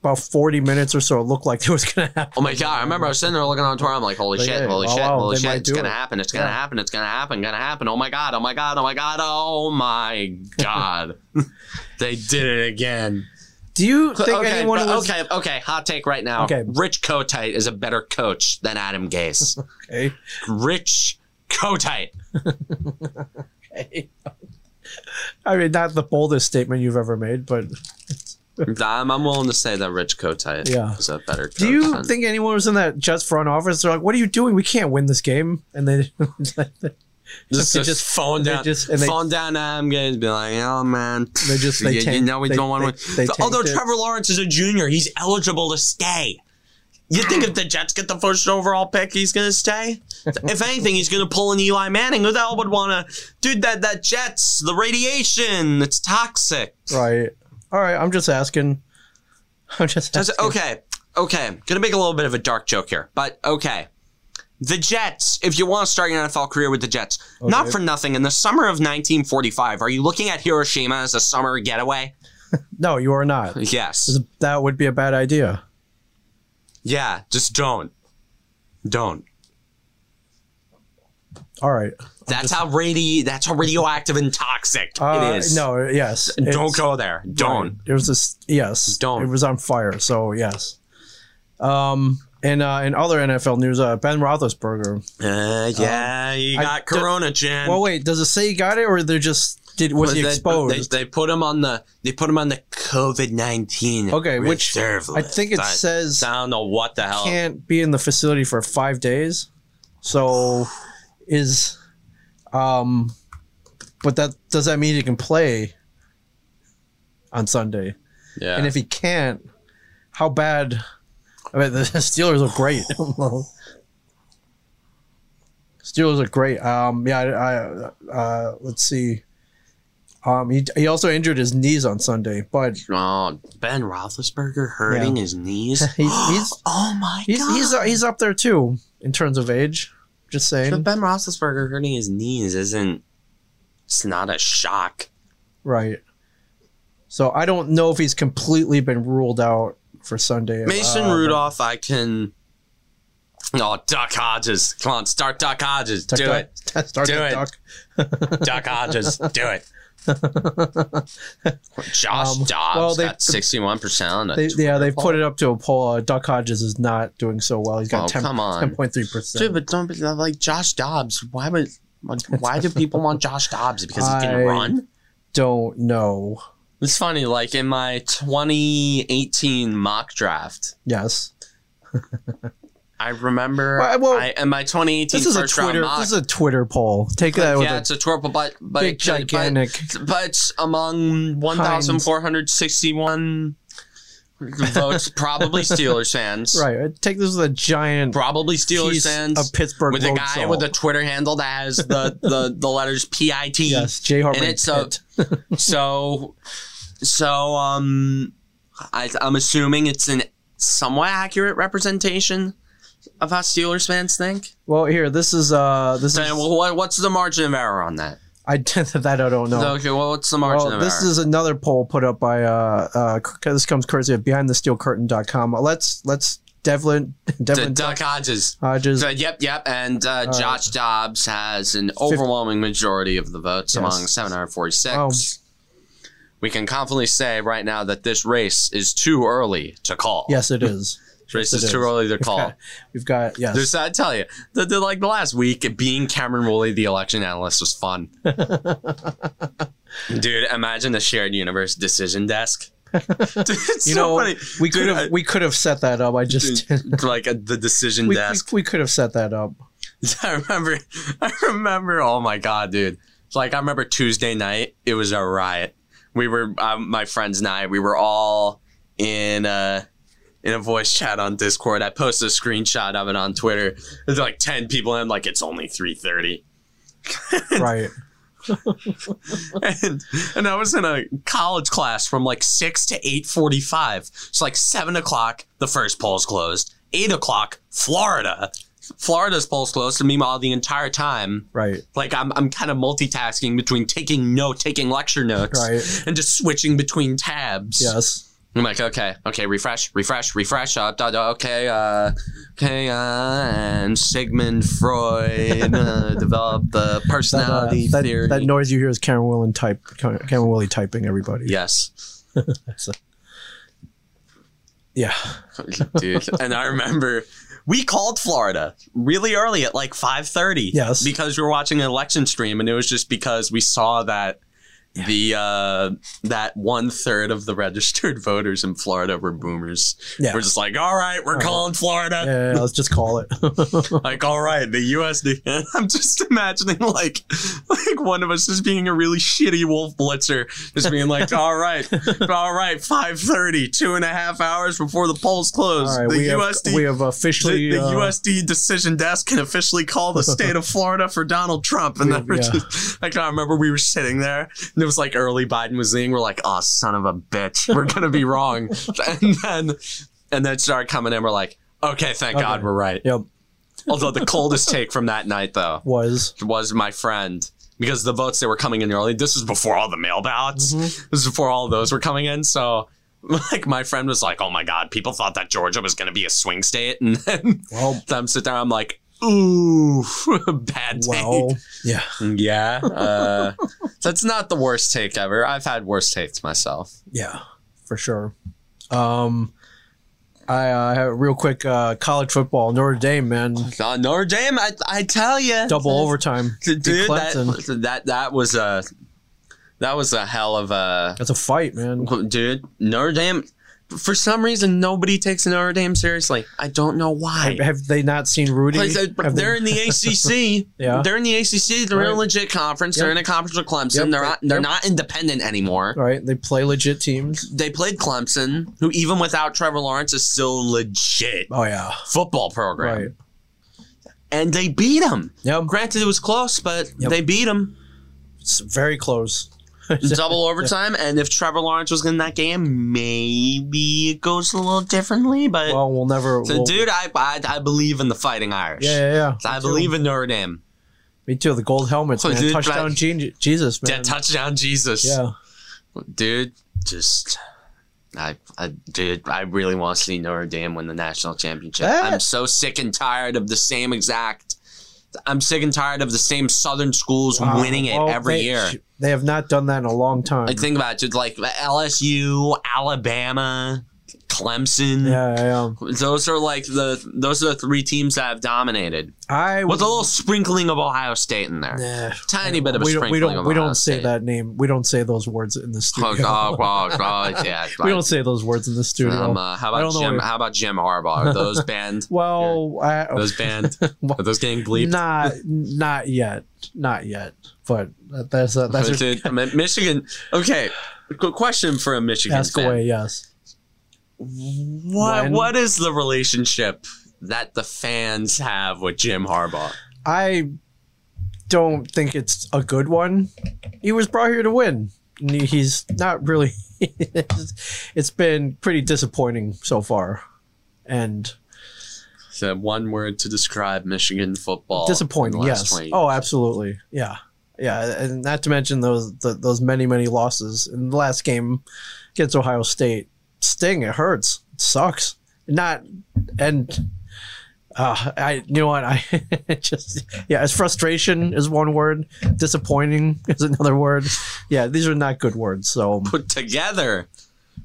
about 40 minutes or so, it looked like it was going to happen.
Oh my god! I remember I was sitting there looking on Twitter. I'm like, "Holy
Like,
shit!
hey,
Holy
wow,
shit!
wow,
holy
they
shit!
might
It's
do
gonna
it.
happen! It's gonna
Yeah.
happen! It's gonna happen! Gonna happen! Oh my god! Oh my god! Oh my god! Oh my
[laughs]
god! they did it again."
Do
[laughs]
you think
okay,
anyone
but-
was.
okay, okay, hot take right now.
Okay.
Rich Kotite is a better coach than Adam
[laughs]
Gase.
Okay.
Rich Kotite.
I mean, not the boldest statement you've ever made, but
I'm, I'm willing to say that Rich Kotite
Yeah.
is a better coach.
do you
than-
think anyone was in that Jets front office? They're like, what are you doing? We can't win this game. And they. [laughs] they
just,
they
just,
just-
phone
they
down,
just- and they-
phone down Adam Gase, be like, oh man,
just. They
you, you
tanked-
know we
they-
don't want
they-
to.
they
win. Although
tanked it.
Trevor Lawrence is a junior, he's eligible to stay. You think if the Jets get the first overall pick, he's gonna stay? if anything, he's gonna pull an Eli Manning. Who the hell would wanna, dude? That that Jets, the radiation, it's toxic.
Right. All right. I'm just asking. [laughs] I'm just
Does-
asking.
okay, okay. Gonna make a little bit of a dark joke here, but okay. The Jets, if you want to start your NFL career with the Jets, not
Okay.
for nothing, in the summer of 1945, are you looking at Hiroshima as a summer getaway?
No, you are not.
Yes.
That would be a bad idea.
Yeah, just don't. Don't.
All right.
That's how radi- that's how radioactive and toxic
Uh,
it is.
No, yes.
Don't
It's-
go there. Don't.
It was this. Yes.
Don't.
It was on fire. So yes. Um. And uh, in other NFL news, uh, Ben Roethlisberger.
Uh, yeah, you
I
got
d-
corona, Jen.
Well, wait. Does it say he got it, or they're just did was he
They-
exposed?
They, they put him on the they put him on the COVID nineteen.
Okay, which
reserve
I
list.
think it
I-
says
I don't know what the hell.
can't be in the facility for five days. So is um, but that does that mean he can play on Sunday?
yeah.
And if he can't, how bad? I mean, the [laughs] Steelers look great. [laughs] Steelers look great. Um, yeah, I, I uh, let's see. Um, he, he also injured his knees on Sunday, but
oh, Ben Roethlisberger hurting his knees.
[laughs] He's- he's-
[gasps] oh my
he's
god.
he's uh, he's up there too in terms of age. Just
but
saying,
Ben Roethlisberger hurting his knees isn't. It's not a shock.
right? So I don't know if he's completely been ruled out for Sunday.
Mason
Uh,
Rudolph, I can. Oh, Duck Hodges. Come on, start Duck Hodges.
Tuck-
Do
[laughs] Tuck-
it.
Start
Do
the
it.
Duck.
Duck Hodges.
[laughs]
Do it. Josh
Um,
Dobbs
well, they-
got 61% on
They,
the
yeah, they've put it up to a poll. Uh, Duck Hodges is not doing so well. He's
Oh,
got
come on.
10.3
Dude,
percent.
but don't be
[laughs]
like Josh Dobbs. Why would why do people want Josh Dobbs because he can
I-
run?
don't know.
It's funny, like in my 2018 mock draft,
Yes.
I remember
Well, well,
I, in my 2018
This is a
first round
Twitter.
mock.
This is a Twitter poll. Take that with
yeah, it's a twirl, but
a
but
big
it, but
gigantic.
but it's among 1,461 votes, probably
[laughs]
Steelers fans.
right. uh, Take this with a giant
Probably Steelers
piece
fans.
of Pittsburgh
with a
road
guy
salt.
with a Twitter handle that has the, the, the letters PIT.
[laughs] yes, J. Hartman.
and it's a,
Pitt.
so so um I, I'm assuming it's an somewhat accurate representation of how Steelers fans think.
well here. This is uh this
So,
is
well, what, what's the margin of error on that?
I [laughs] did that. I don't know.
Okay, well, what's the margin
Well,
of
this
error?
is another poll put up by uh, uh c- this comes courtesy of behindthesteelcurtain.com. Let's let's Devlin [laughs]
D-
Devlin
Duck Hodges.
Hodges
So, yep, yep, and uh, Josh Dobbs has an overwhelming majority of the votes
Yes.
among 746. We can confidently say right now that this race is too early to call.
Yes, it is.
this race
yes,
is
it
too
is.
early to call.
We've got yes.
There's, I tell you, the, the, like the last week, being Cameron Woolley, the election analyst, was
[laughs]
fun. Dude, imagine the shared universe decision
[laughs]
desk. Dude, it's
you
so
know,
funny.
we could
Dude,
have
I-
we could have set that up. I [laughs] just didn't.
Dude, like uh, the decision
[laughs] we, we,
desk.
we could have set
[laughs]
that up.
I remember, I remember. Oh my god, dude! It's like I remember Tuesday night. It was a riot. We were um, my friends and I. We were all in a in a voice chat on Discord. I posted a screenshot of it on Twitter. There's like ten people, and I'm like, it's only three thirty. [laughs]
right.
and and I was in a college class from like six to eight forty five. It's like seven o'clock. The first poll's closed. Eight o'clock, Florida. Florida's poll's closed. And meanwhile, the entire time,
Right.
like I'm, I'm kind of multitasking between taking note, taking lecture notes,
Right.
and just switching between tabs.
Yes.
I'm like, okay, okay, refresh, refresh, refresh. Uh, da, da, okay, uh, okay, uh, and Sigmund Freud
[laughs]
uh, developed the
That, uh,
personality
that,
theory.
that noise you hear is Cameron Willen type Cameron Willie typing everybody.
yes.
Yeah.
[laughs] dude. And I remember we called Florida really early at like five thirty.
Yes.
because we were watching an election stream, and it was just because we saw that the uh, that one third of the registered [laughs] voters in Florida were boomers.
Yeah.
We're just like, all right, we're
All
calling Florida.
Yeah, yeah, let's just call it. [laughs]
Like, all right, the USD. And [laughs] I'm just imagining like like one of us just being a really shitty wolf blitzer, just being
[laughs]
like, all right, all right, 5.30, two and a half hours before the polls close.
All right,
the
we have,
USD
we have officially
the, the
uh,
USD decision desk can officially call the state
[laughs]
of Florida for Donald Trump. And then we're
Yeah.
just, like, I remember we were sitting there and it was like early Biden was leading. We're like, oh, son of a bitch, we're going to be
[laughs]
wrong. [laughs] and then, and then it started coming in. We're like, okay, thank
Okay.
God we're right.
[laughs] Yep.
Although the coldest take from that night, though,
was
was my friend because the votes that were coming in early, this was before all the mail ballots.
Mm-hmm.
This was before all those were coming in. So, [laughs] like, my friend was like, oh my God, people thought that Georgia was going to be a swing state. And then [laughs]
well
I'm sitting there, I'm like, ooh, [laughs] bad take.
well yeah.
[laughs] Yeah. Uh, that's not the worst take ever. I've had worse takes myself.
Yeah, for sure. Um, I uh, have real quick uh, college football Notre Dame man
Uh, Notre Dame, I, I tell you.
double overtime.
[laughs] Dude,
beat Clemson.
that, that, that was a. That was a hell of a
That's a fight, man.
dude. Notre Dame, for some reason, nobody takes Notre Dame seriously. I don't know why.
Have they not seen Rudy?
Like, they-
Have they-
they're in
[laughs]
the ACC.
Yeah.
They're in the ACC. They're in a
Right.
legit conference. They're
Yep.
in a conference with Clemson.
Yep.
They're not. They're
Yep.
not independent anymore.
right. They play legit teams.
They played Clemson, who even without Trevor Lawrence is still legit
Oh yeah,
football program,
right.
and they beat them.
Yep,
Granted, it was close, but
Yep.
they beat them.
it's very close.
Double overtime, and if Trevor Lawrence was in that game, maybe it goes a little differently. But
Well, we'll never.
so,
we'll-
dude, I, I I believe in the Fighting Irish.
yeah, yeah, yeah.
I
Me too.
believe in Notre Dame.
Me too. The gold helmets,
So,
man.
dude,
Touchdown,
like-
Je- Jesus, man.
That touchdown, Jesus.
yeah,
dude, just I, I, dude, I really want to see Notre Dame win the national championship.
That-
I'm so sick and tired of the same exact. I'm sick and tired of the same Southern schools
Wow.
winning it
Well,
every
they-
year.
They have not done that in a long time.
Like think about it, dude, like LSU, Alabama, Clemson.
Yeah, I am.
Those are like the those are the three teams that have dominated
I
with a little sprinkling of Ohio State in there.
[laughs] Nah.
Tiny bit of a
we don't
sprinkling
we
of
don't we
Ohio
don't say
State.
that name. We don't say those words in
[laughs]
the
Oh,
studio.
oh, oh, oh, yeah.
[laughs] we don't say those words in the studio.
Um, uh, how
I
about
don't know
Jim?
if-
How about Jim
[laughs]
Harbaugh? Are those banned?
well, I,
Those
[laughs]
banned? Are those getting bleeped?
not not yet, not yet. But that's uh, that's a,
Dude,
[laughs]
I mean, Michigan. Okay, good question for a Michigan
ask
fan.
away. Yes,
What
When-
what is the relationship that the fans have with Jim Harbaugh?
I don't think it's a good one. He was brought here to win. And he- He's not really. [laughs] it's been pretty disappointing so far, and
It's a one word to describe Michigan football. in
disappointing.
the last
Yes.
20
Oh, absolutely. Yeah. Yeah, and not to mention those the, those many many losses. In the last game against Ohio State, sting. It hurts. It sucks. Not and uh, I. You know what? I [laughs] just yeah. It's frustration is one word. Disappointing [laughs] is another word. Yeah, these are not good words. So
put together.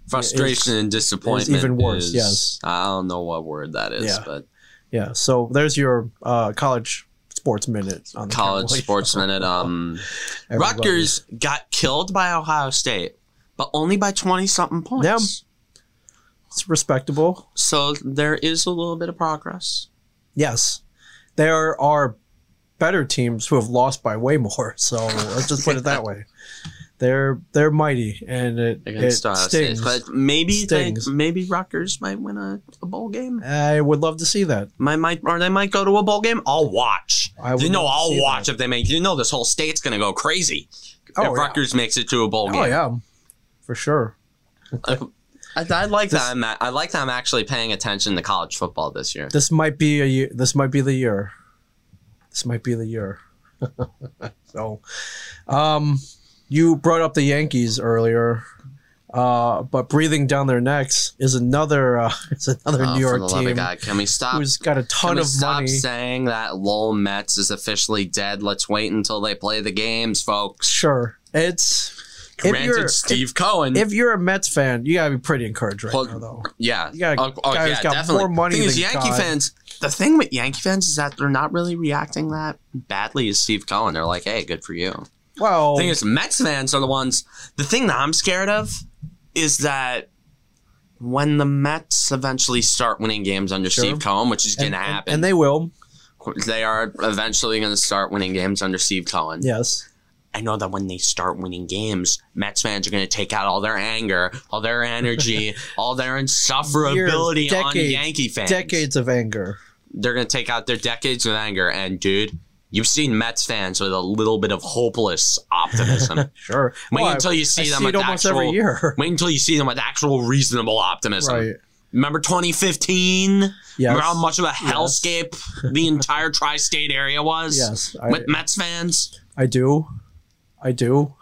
Frustration and disappointment.
even worse,
is-
yes.
I don't know what word that is,
Yeah.
but
yeah. So there's your uh, college sports minute on the
college
Cowboys.
sports minute. Um,
[laughs] Everybody.
Rutgers got killed by Ohio State, but only by twenty something points.
Yeah. It's respectable.
So there is a little bit of progress.
Yes, there are better teams who have lost by way more. [laughs] So let's just put it that way. They're they're mighty, and it, it
against Ohio State.
stings.
But maybe they,
Stings.
maybe Rutgers might win a, a bowl game.
I would love to see that.
Might might or they might go to a bowl game. I'll watch.
I
you
would
know
love to
I'll
see
watch if they make. You know this whole state's gonna go crazy if
Oh, yeah.
Rutgers makes it to a bowl
Oh
game.
yeah, for sure.
I, I like
This-
that. I'm a- I like that. I'm actually paying attention to college football this year.
This might be a year, this might be the year. This might be the year. [laughs] so, um, you brought up the Yankees earlier. Uh, but breathing down their necks is another uh, [laughs] it's another
Oh,
New
for
York
the love of
team
God, can we stop?
who's got a
Can
ton
we
of
stop
money.
saying that Lowell Mets is officially dead? Let's wait until they play the games, folks.
Sure. It's if you're
Granted, Steve Cohen.
if you're a Mets fan, you gotta be pretty encouraged right
Well,
now, though.
Yeah.
You got a guy who's got more money
Thing is,
than
Yankee
God.
fans. The thing with Yankee fans is that they're not really reacting that badly to Steve Cohen. They're like, "Hey, good for you."
Well,
thing is, Mets fans are the ones. The thing that I'm scared of is that when the Mets eventually start winning games under
Sure.
Steve Cohen, which is going
and,
to
and,
happen,
and they will.
they, are eventually going to start winning games under Steve Cohen.
Yes.
I know that when they start winning games, Mets fans are going to take out all their anger, all their
[laughs]
energy, all their insufferability
Years,
on
decades,
Yankee fans.
Decades of anger.
They're going to take out their decades of anger. And, dude, you've seen Mets fans with a little bit of hopeless
[laughs]
optimism.
Sure.
Wait
Well, I-
until you
I
see them
see
with
it almost
actual. [laughs]
every year. [laughs]
Wait until you see them with actual reasonable optimism.
right.
Remember 2015? Remember how
Yes.
much of a hellscape the entire tri-state area was
Yes. I,
with Mets fans?
I do. I do.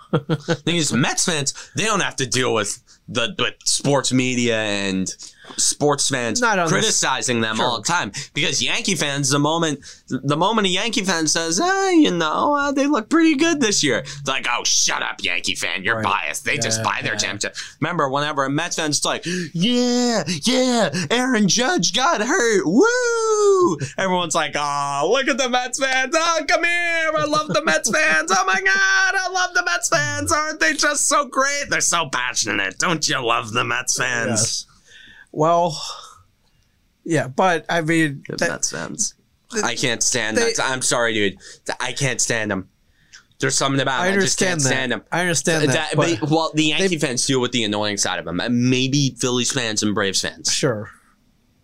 thing is, Mets fans they don't have to deal with the with sports media and sports fans
Not on this-
criticizing them
Sure.
all the time because Yankee fans the moment the moment a Yankee fan says eh, you know uh, they look pretty good this year it's like oh shut up Yankee fan you're
Right.
biased they just
Yeah,
buy their
yeah.
championship remember whenever a Mets fan's like yeah yeah Aaron Judge got hurt woo everyone's like oh look at the Mets fans oh come here I love the Mets fans oh my god I love the Mets fans aren't they just so great they're so passionate don't you love the Mets fans
Yes. Well. Yeah, but I mean,
Good
that,
Mets fans. I can't stand
they-
that. I'm sorry, dude. Th- I can't stand them. There's something about
I
them. I just
understand
can't
that.
stand them.
I understand that.
That-
but,
but- well, the Yankee fans deal with the annoying side of them. and Maybe Phillies fans and Braves fans.
sure,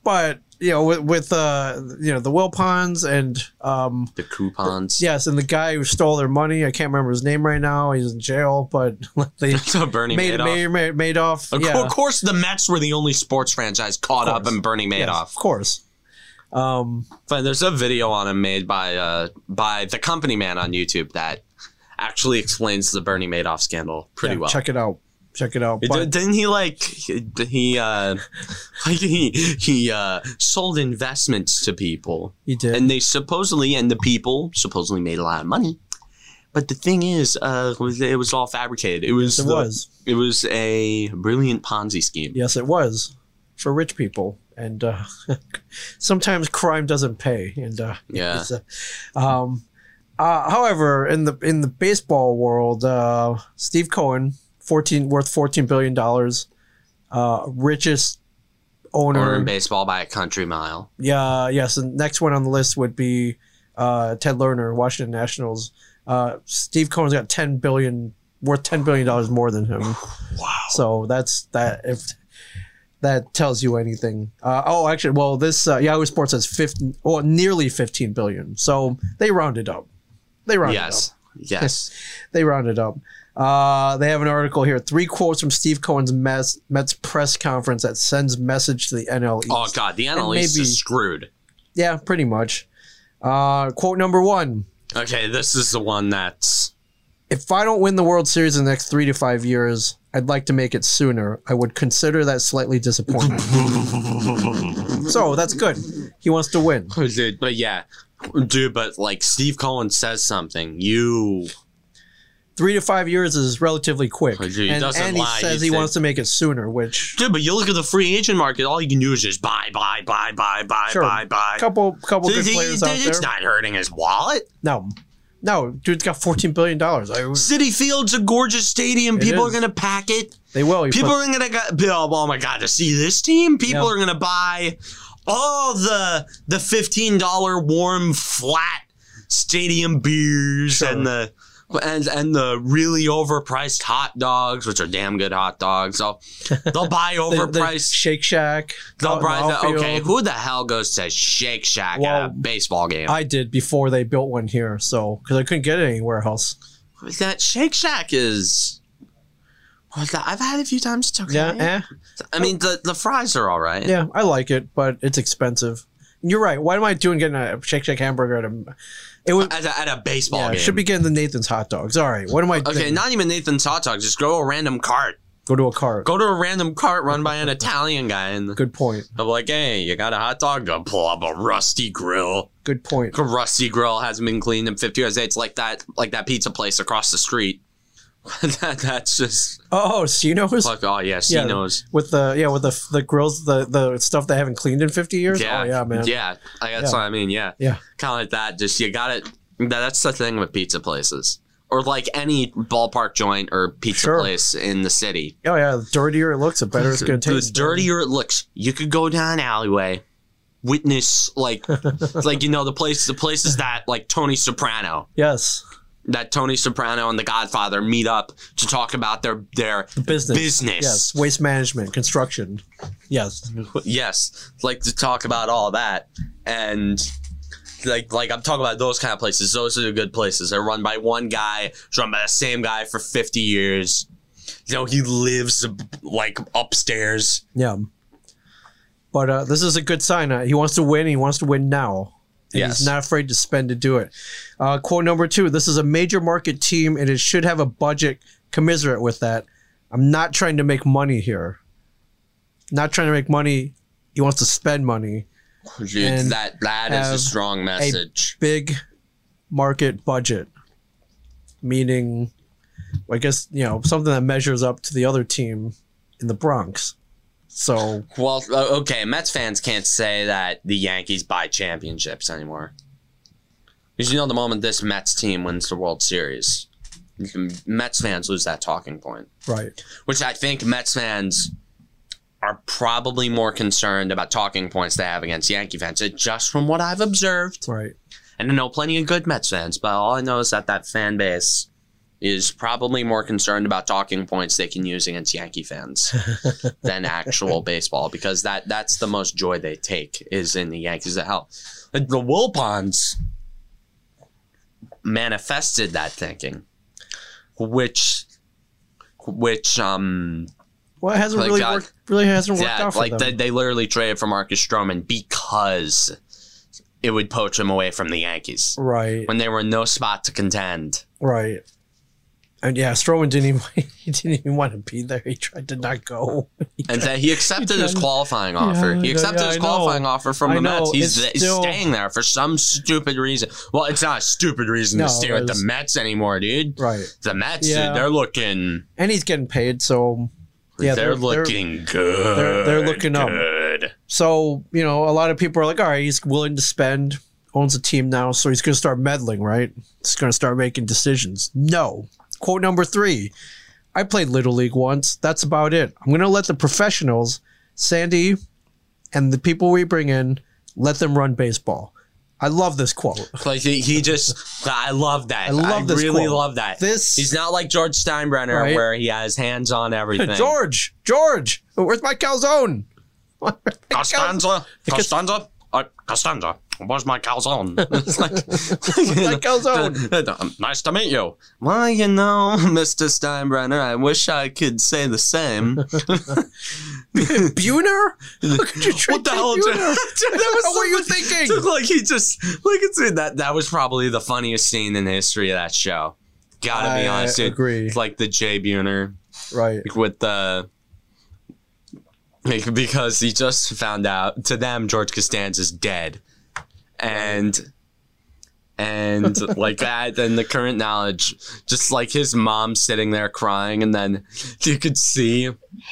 but you know, with, with uh, you know, the Wilpons and um,
The coupons.
Yes, and the guy who stole their money, I can't remember his name right now. He's in jail, but [laughs]
[laughs]
they
So Bernie
made
Madoff. Oh,
Madoff. Made, made off.
Of,
yeah,
cour- of course, the Mets were the only sports franchise caught
Of
up
course.
in Bernie
Yes,
Madoff.
of course. Um,
But there's a video on him made by uh, by the company man on YouTube that actually explains the Bernie Madoff scandal pretty
yeah,
well.
Check it out. Check it out.
It-
But
didn't he like he he, uh [laughs] like he he uh sold investments to people
he did.
and they supposedly and the people supposedly made a lot of money but the thing is uh was- it was all fabricated it was
yes, it
the-
was.
it was a brilliant ponzi scheme
Yes, it was. for rich people, and uh, [laughs] sometimes crime doesn't pay. And uh,
Yeah.
it's, uh, um, uh, however, in the in the baseball world, uh, Steve Cohen, fourteen worth fourteen billion dollars, uh, richest
Or
owner.
in baseball by a country mile.
yeah, yes. And next one on the list would be uh, Ted Lerner, Washington Nationals. Uh, Steve Cohen's got ten billion worth ten billion dollars more than him.
[sighs] Wow.
So that's that. If that tells you anything, uh, oh, actually, well, this uh, Yahoo Sports has fifteen, or nearly fifteen billion. So they rounded up. They rounded
Yes.
[laughs]
Yes.
up. They rounded up. Uh, they have an article here. Three quotes from Steve Cohen's Mets, Mets press conference that sends message to the NL East.
oh God, the NL East
maybe-
is screwed.
Yeah, pretty much. Uh, quote number one.
Okay, this is the one that's
if I don't win the World Series in the next three to five years, I'd like to make it sooner. I would consider that slightly
[laughs]
disappointing. so that's good. He wants to win.
Dude, but yeah. Dude, but like Steve Cohen says something. You
Three to five years is relatively quick.
Oh, gee, he
and,
doesn't
and he
lie,
says
he
he
said-
wants to make it sooner, which
Dude, but you look at the free agent market, all you can do is just buy, buy, buy, buy, buy,
Sure.
buy, buy.
couple couple
Dude,
good
he-
players out
dude, it's
there.
not hurting his wallet.
no. No, dude's got fourteen billion dollars.
City Field's a gorgeous stadium.
It
People are
is.
gonna pack it.
They will. He
People
puts-
are gonna go, oh, oh my god, to see this team, people
Yeah.
are gonna buy all the the fifteen dollar warm flat stadium beers
Sure.
and the and and the really overpriced hot dogs, which are damn good hot dogs. So
[laughs]
they'll buy
the- the
overpriced.
Shake Shack. out
They'll
in the
buy the,
outfield.
okay, who the hell goes to Shake Shack at
Well,
a baseball game?
I did before they built one here, so because I couldn't get it anywhere else.
that Shake Shack is. What's that? I've had it a few times. It's okay.
Yeah, eh.
I mean, the, the fries are all right.
Yeah, I like it, but it's expensive. You're right. Why am I doing getting a Shake Shack hamburger at a? It was
At a, at a baseball
yeah,
game.
should be getting the Nathan's hot dogs. All right, what am I?
Okay,
doing?
not even Nathan's hot dogs. Just go to a random cart.
go to a car.
Go to a random cart run by
[laughs]
an Italian guy, and
Good point.
I'm like, "Hey, you got a hot dog? Go pull up a rusty grill.
Good point.
A rusty grill hasn't been cleaned in 50 years. It's like that, like that pizza place across the street. [laughs] that, that's just
Oh, so you know who's
fuck. Oh yeah,
Yeah.
Cino's.
with the yeah with the the grills the the stuff they haven't cleaned in fifty years.
Yeah,
Oh yeah, man.
Yeah, I, that's
Yeah.
what I mean. Yeah,
Yeah.
kind of like that. Just you got it. That's the thing with pizza places, or like any ballpark joint or pizza
Sure.
place in the city.
Oh yeah, the dirtier it looks, the better
[laughs]
it's gonna
the
taste.
dirtier it looks, you could go down an alleyway, witness like, like you know the place, the places that like Tony Soprano,
Yes,
that Tony Soprano and The Godfather meet up to talk about their their
business.
business.
Yes, waste management, construction.
[laughs]
Yes,
yes like to talk about all that and like like i'm talking about those kind of places those are the good places they're run by one guy it's run by the same guy for 50 years you know he lives like upstairs
yeah. But uh, this is a good sign. Uh, he wants to win. He wants to win now. And
yes
He's not afraid to spend to do it. Uh, quote number two This is a major market team and it should have a budget commiserate with that. I'm not trying to make money here. Not trying to make money. He wants to spend money. and
that that is a
have
strong message
Big market budget, meaning, I guess, you know, something that measures up to the other team in the Bronx. So,
well o- okay mets fans can't say that the yankees buy championships anymore because you know the moment this mets team wins the world series mets fans lose that talking point
right.
which I think Mets fans are probably more concerned about talking points they have against Yankee fans. It, just from what I've observed,
Right.
and I know plenty of good Mets fans, but all I know is that that fan base is probably more concerned about talking points they can use against Yankee
[laughs]
fans than actual baseball because that that's the most joy they take is in the Yankees. The hell, the Wilpons manifested that thinking, which which um
Well, it hasn't
Like,
really
God-
worked. Really hasn't worked
yeah,
out for
like
them.
they, they literally traded for Marcus Stroman because it would poach him away from the Yankees
right.
when they were in no spot to contend.
Right. And yeah, Strowman didn't even [laughs] he didn't even want to be there. He tried to not go.
And that
[laughs]
he accepted his
Yeah.
qualifying offer.
Yeah,
he
yeah,
accepted
yeah,
his
I
qualifying
know.
offer from
I
the
know,
Mets. He's,
it's
he's
still-
staying there for some stupid reason. Well, it's not a stupid reason
No,
to stay with the
it's-
Mets anymore, dude.
Right.
The Mets,
Yeah.
dude, they're looking.
And he's getting paid, so
they're,
Yeah, they're- they're-
looking good.
they're- they're looking up.
good.
So, you know, a lot of people are like, all right, he's willing to spend, owns a team now, so he's going to start meddling, right? He's going to start making decisions. No. Quote number three I played Little League once. That's about it. I'm going to let the professionals, Sandy, and the people we bring in, let them run baseball. I love this quote.
Like he, he just, I love that. I
love this
really
quote.
love that.
This-
he's not like George Steinbrenner
Right.
where he has hands on everything.
George, George, where's my calzone?
[laughs] Costanza,
Because-
Costanza, uh, Costanza. Where's my
[laughs]
calzone? It's like, [laughs]
my calzone?
Nice to meet you. [laughs] Well, you know, [laughs] Mr. Steinbrenner, I wish I could say the
[laughs]
same.
Buner? How [laughs] could you treat
what the hell? Dude, [laughs]
Buhner? [laughs] What were you
It
thinking?
took like he just like it's that that was probably the funniest scene in the history of that show. Gotta be honest, dude.
agree.
It's like the Jay Buhner
Right.
like, with the like, because he just found out to them George Costanza's dead, and and like that and the current knowledge, just like his mom sitting there crying, and then you could see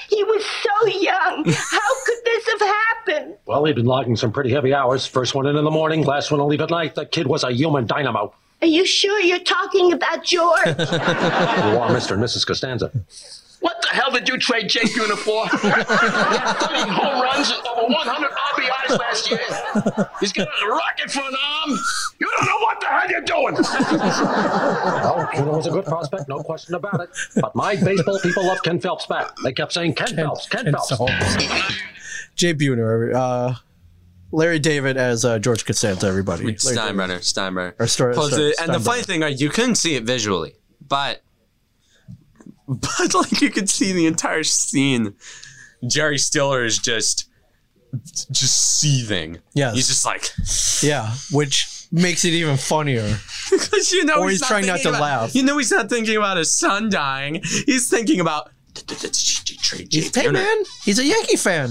He was so young. How could this have happened?
Well, he'd been logging some pretty heavy hours. First one in in the morning, last one to leave at night. That kid was a human dynamo.
Are you sure you're talking about George?
You are Mr. and Mrs. Costanza.
What the hell did you trade Jake Buhner for? [laughs] he had 30 home runs and over 100 RBIs last year. He's got a rocket for an arm. You don't know what the hell you're doing.
Well, Kuhn was a good prospect, no question about it. But my baseball people love Ken Phelps back. They kept saying, Ken, Phelps, Ken Phelps.
[laughs] Jay Buhner, uh, Larry David as uh, George Costanza, everybody. Larry David.
Steinbrenner, Steinbrenner.
Or Stor-
Plus,
Stor-
the- and the
Steinbrenner.
funny thing, right, you couldn't see it visually, but but like you could see the entire scene. Jerry Stiller is just just seething.
Yes.
he's just like
Yeah, which makes it even funnier.
because you know
Or he's trying not
thinking
to
about-
laugh.
You know he's not thinking about his son dying. He's thinking about. He's
Hey, man, he's a Yankee fan.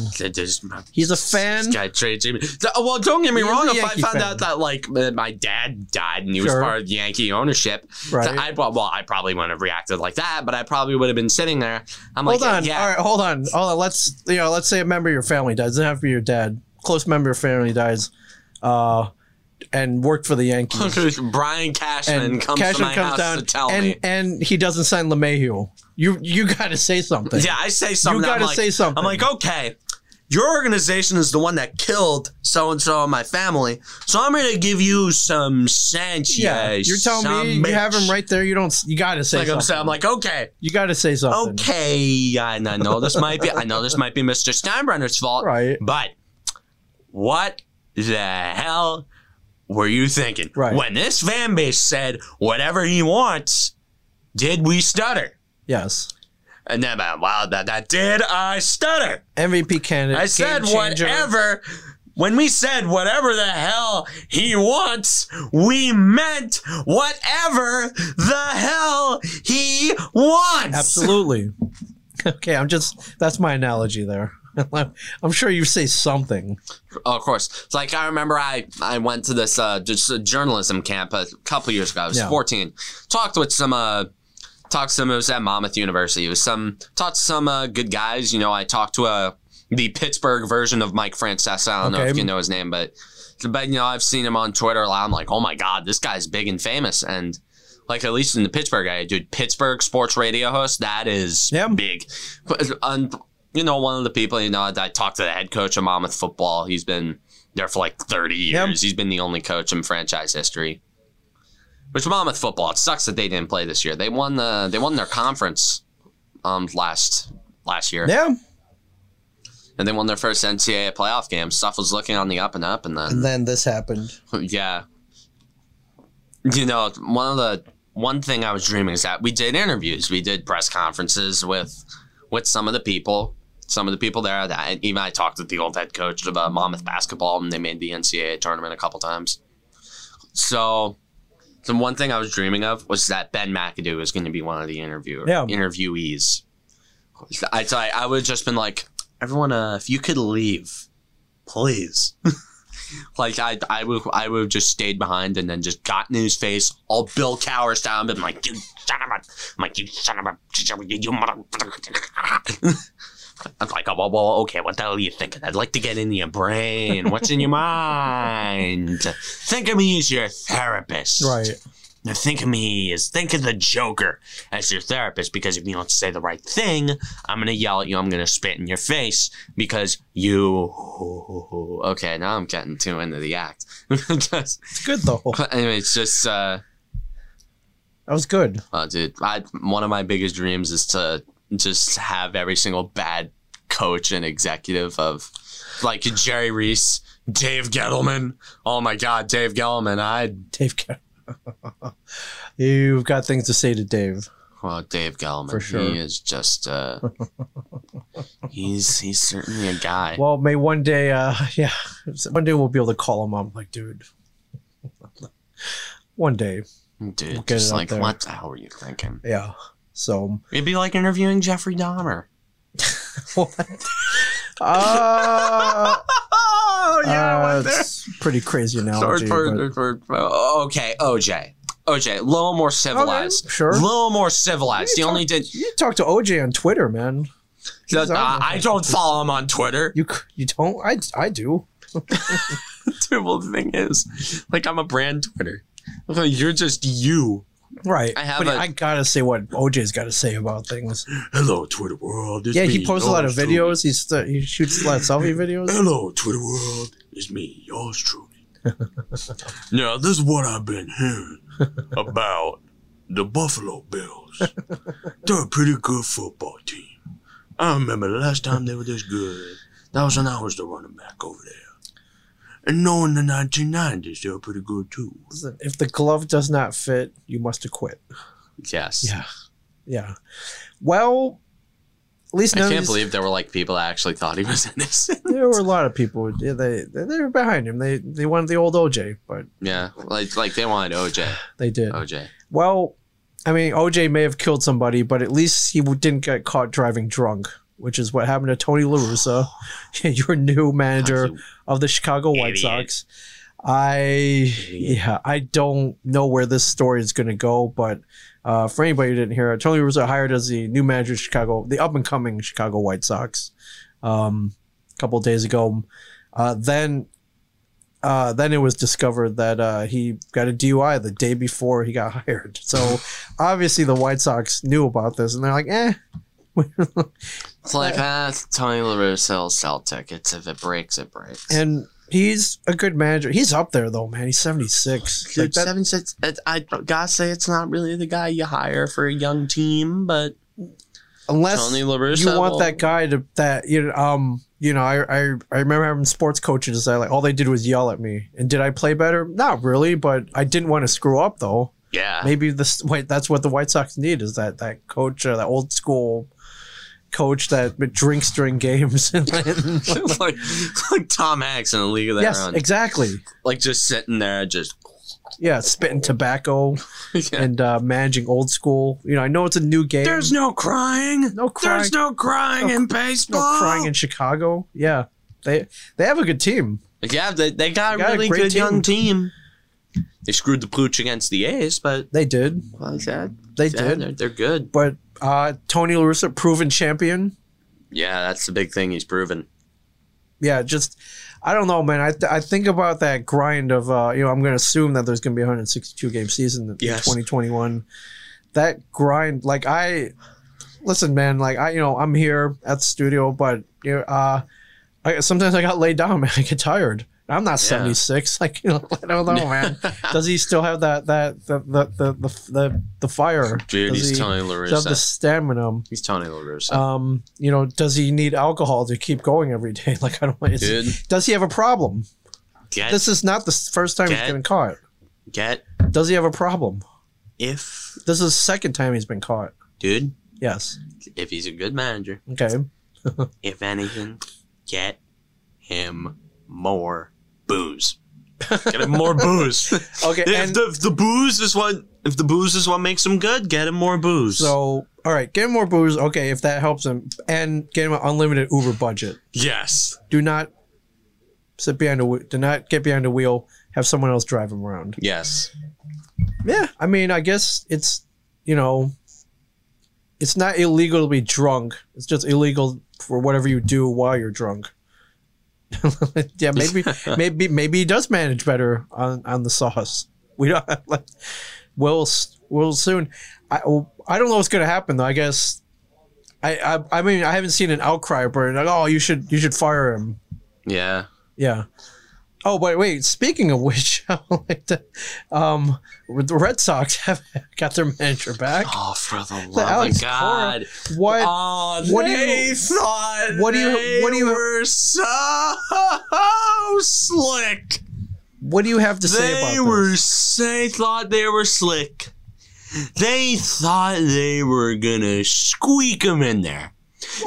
He's a fan.
This guy traded Jimmy. Th- Well, don't get me
He is
wrong.
a
If I
Yankee
found
fan.
out that like uh, my dad died and he was
Sure.
part of Yankee ownership,
Right.
th- I well, well, I probably wouldn't have reacted like that, but I probably would have been sitting there. I'm
Hold
like,
on.
yeah,
All right, hold on. Hold on. Let's, you know, let's say a member of your family dies. It doesn't have to be your dad. Close member of your family dies uh, and worked for the Yankees.
[laughs] Brian Cashman
and
comes to
Cashman
my
comes
house
down
to tell
and,
me.
and he doesn't sign LeMahieu. You you got to say something.
Yeah, I say something. I'm
gotta
like-
say something.
I'm like, okay, your organization is the one that killed so and so in my family, so I'm going to give you some Sanchez.
Yeah, you're telling
some
me you have
bitch.
him right there. You don't. You gotta say
Like I'm,
something.
saying, I'm like, okay,
you gotta say something.
okay, I I know this might be, I know this might be Mr. Steinbrenner's fault,
Right.
But what the hell were you thinking
Right.
when this fan base said whatever he wants? Did we stutter?
Yes.
And then, uh, wow, that, that did I stutter?
MVP candidate.
I
game
said
changer.
whatever. When we said whatever the hell he wants, we meant whatever the hell he wants.
Absolutely. okay, I'm just. That's my analogy there. [laughs] I'm sure you say something.
Oh, of course. It's Like I remember, I I went to this uh, just a journalism camp a couple years ago. I was
Yeah.
fourteen. Talked with some uh, talked to some. It was at Monmouth University. It was some talked to some uh, good guys. You know, I talked to uh the Pittsburgh version of Mike Francesa. I don't know if
Okay.
you know his name, but but you know, I've seen him on Twitter a lot. I'm like, oh my god, this guy's big and famous, and like at least in the Pittsburgh area, dude, Pittsburgh sports radio host, that is
Yeah.
big. But, um, you know, one of the people, you know, I talked to the head coach of Monmouth football. He's been there for like 30
Yeah.
years. He's been the only coach in franchise history. Which Monmouth football, it sucks that they didn't play this year. They won the they won their conference um last last year.
Yeah.
And they won their first NCAA playoff game. Stuff was looking on the up and up and then
And then this happened.
[laughs] yeah. You know, one of the one thing I was dreaming is that we did interviews, we did press conferences with with some of the people, some of the people there. That and even I talked with the old head coach of uh, Monmouth basketball, and they made the NCAA tournament a couple times. So, the one thing I was dreaming of was that Ben McAdoo was going to be one of the interviewer
Yeah.
interviewees. I so I, I would have just been like, everyone, uh, if you could leave, please. Like I, I would, I would have just stayed behind and then just gotten in his face, all Bill Cowher style, and been like, "You son of a, I'm like you son of a, you, you mother." [laughs] I'm like, oh, well, well, okay, what the hell are you thinking? I'd like to get in your brain. What's in your mind? Think of me as your therapist.
Right.
Now think of me as think of the Joker as your therapist because if you don't say the right thing, I'm gonna yell at you. I'm gonna spit in your face because you. Okay, now I'm getting too into the act. [laughs] just,
It's good though.
anyway, it's just. Uh,
That was good.
Oh, dude, I, one of my biggest dreams is to just have every single bad coach and executive of, like Jerry Reese, Dave Gettleman. Oh my God, Dave Gettleman! I
Dave. Cal- [laughs] You've got things to say to Dave.
well, Dave Gettleman.
For sure.
He is just
[laughs]
uh, he's he's certainly a guy.
Well, may one day, uh, [laughs] yeah, one day we'll be able to call him up. Like, dude, [laughs] one day,
dude,
we'll get
just
it out
like
there.
what the hell were you thinking?
yeah. So, [laughs]
It'd be like interviewing Jeffrey Dahmer.
[laughs] uh,
Oh
uh, it's pretty crazy
[laughs]
analogy.
Sorry for-
but-
for- for- oh, okay, OJ. OJ, a little more civilized.
Okay, sure.
A little more civilized. He
You
only did.
You talk to OJ on Twitter, man.
Uh,
He's on-
I don't follow him on Twitter.
You c- you don't? I I do.
Dude, [laughs] well, the thing is, like, I'm a brand Twitter. Like, You're just you.
Right.
I have
but
a-
I gotta say what OJ's got to say about things.
Hello, Twitter world. It's
yeah, he
me,
posts a lot of
yours truly.
videos. He's st- he shoots a lot
[laughs]
of selfie videos.
Hello, Twitter world. It's me, yours truly. [laughs] now, this is what I've been hearing about the Buffalo Bills. They're a pretty good football team. I remember the last time they were this good, that was when I was the running back over there. And knowing the 1990s, they were pretty good too.
Listen, If the glove does not fit, you must acquit.
Yes.
Yeah. Yeah. Well, at least none of these-
there were like people that actually thought he was innocent.
there were a lot of people. who- Yeah, they they, they were behind him. They they wanted the old OJ, but
yeah, like like they wanted OJ.
they did.
OJ.
Well, I mean, OJ may have killed somebody, but at least he w- didn't get caught driving drunk, which is what happened to Tony La Russa, [laughs] your new manager of the Chicago White
Idiot.
Sox. I yeah, I don't know where this story is going to go, but uh, for anybody who didn't hear it, Tony Russo hired as the new manager of Chicago, the up and coming Chicago White Sox, um, a couple of days ago. Uh, then, uh, then it was discovered that uh, he got a DUI the day before he got [laughs] hired. So obviously the White Sox knew about this, and they're like, eh,
It's like ah, it's Tony La Russa will sell tickets. If it breaks, it breaks.
and. He's a good manager. He's up there though, man. He's seventy six.
Dude, seven six. It, I gotta say, it's not really the guy you hire for a young team, but
unless
Tony La Russa.
you want
will-
that guy to that you know um you know I, I I remember having sports coaches that like all they did was yell at me and did I play better not really but I didn't want to screw up though
Yeah,
maybe this wait that's what the White Sox need is that that coach uh, that old school coach that drinks during
[laughs]
games [laughs] and then-
It's [laughs] like it's like Tom Hanks in the League of Their
yes
Own,
exactly
like just sitting there, just
yeah spitting tobacco
[laughs] Yeah.
and uh, managing old school you know I know it's a new game
There's no crying.
No crying.
There's no crying
No
in
no
baseball.
crying in Chicago yeah they they have a good team
yeah, they, they got a
They got a
really
great
good
team.
young team. They screwed the pooch against the A's, but
they did
well, yeah,
they
yeah,
did.
they're, they're good.
but uh, Tony La Russa, proven champion.
Yeah, that's the big thing he's proven.
Yeah, just I don't know, man. I, th- I think about that grind of uh, you know I'm going to assume that there's going to be a 162 game season in
Yes.
2021. That grind, like I listen, man. Like I, you know, I'm here at the studio, but you know, uh, I, sometimes I got laid down, [laughs] man. I get tired. I'm not 76. Like you know, [laughs] I don't know,
[laughs]
man. Does he still have that that the the the the, the, the fire?
Dude,
Does
he's
he
Tony La
does he have the
Russa.
stamina?
He's Tony La Russa.
um, you know, does he need alcohol to keep going every day? [laughs] Like I don't. It's,
Dude,
Does he have a problem?
get,
This is not the s- first time he's
Dad?
been caught.
get
Does he have a problem?
if
This is the second time he's been caught.
dude,
Yes.
if he's a good manager,
Okay.
if anything, get him more booze. Get him
[laughs]
more booze.
Okay.
if,
And
the, if the booze is what if the booze is what makes him good, get him more booze.
so, all right, get him more booze. Okay, if that helps him, and get him an unlimited Uber budget.
yes.
Do not Sit behind a whe- do not get behind a wheel. Have someone else drive him around.
Yes.
Yeah, I mean, I guess it's you know, it's not illegal to be drunk. It's just illegal for whatever you do while you're drunk. [laughs] yeah, maybe, maybe, maybe he does manage better on on the sauce. [laughs] We don't. Like, we'll s- we'll soon. I I don't know what's gonna happen though. I guess. I, I, I mean I haven't seen an outcry where like oh you should you should fire him
Yeah.
yeah. Oh, but wait. Speaking of which, [laughs] I would like to- um, the Red Sox have [laughs] got their manager back.
Oh, for the love
Alex
of God.
What?
Oh,
what do you-
they thought
what do you-
they
what do you-
were so
[laughs]
slick.
what do you have to say
They
about
were
this?
they thought they were slick. They thought they were gonna squeak him in there.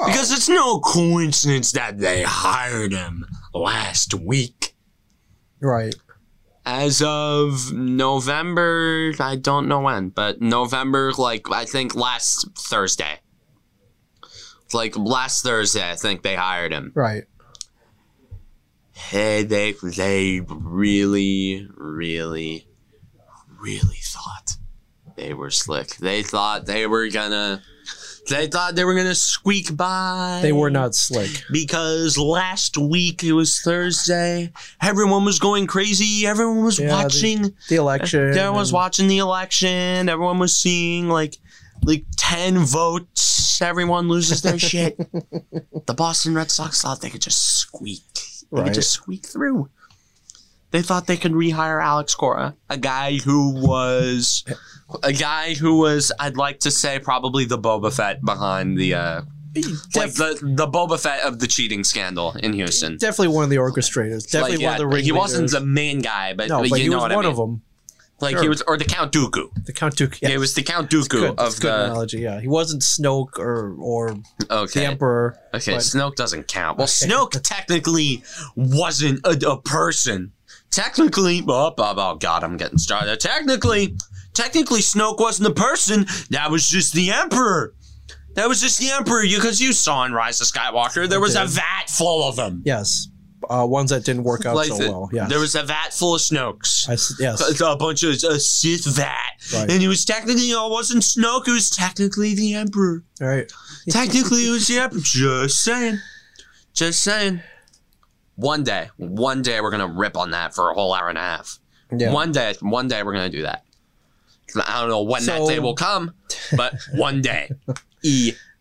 Because it's no coincidence that they hired him last week.
Right.
As of November, I don't know when, but November, like, I think last Thursday. Like, last Thursday, I think they hired him.
Right.
Hey, they, they really, really, really thought they were slick. They thought they were gonna. They thought they were gonna squeak by.
They were not slick.
because last week it was Thursday. Everyone was going crazy. Everyone was
Yeah, they-
watching.
The election.
Everyone was
and-
watching the election. Everyone was seeing like like ten votes. Everyone loses their [laughs] shit. The Boston Red Sox thought they could just squeak. They
Right.
could just squeak through. They thought they could rehire Alex Cora, a guy who was a guy who was, I'd like to say, probably the Boba Fett behind the uh like
Def-
the, the Boba Fett of the cheating scandal in Houston.
definitely one of the orchestrators. Definitely
Like,
one of the
yeah,
ringleaders.
he wasn't the main guy, but,
no,
but
but
you
he
know
was
what
one
I mean.
of them.
Like
Sure.
he was, or the Count Dooku.
The Count Duke. Yeah,
It was the Count Dooku
good. That's
of
a good
the.
analogy. Yeah, he wasn't Snoke or or
Okay,
the Emperor.
okay,
but-
Snoke doesn't
[laughs]
count. Well, Snoke technically wasn't a, a person. Technically, oh, oh, oh, God, I'm getting started. Technically, technically, Snoke wasn't a person. That was just the Emperor. That was just the Emperor. Because you saw in Rise of Skywalker, there was a
did.
vat full of them.
Yes, uh, ones that didn't work out
Like
so
the-
well. Yeah.
There was a vat full of Snokes.
I s yes.
a, a bunch of a Sith vat,
Right.
and it was technically oh, it wasn't Snoke. It was technically the Emperor.
All right. [laughs]
Technically, it was the Emperor. Just saying. Just saying. One day, one day we're gonna rip on that for a whole hour and a half.
Yeah.
One day, one day we're gonna do that. I don't know when
So-
that day will come, but
[laughs]
one day,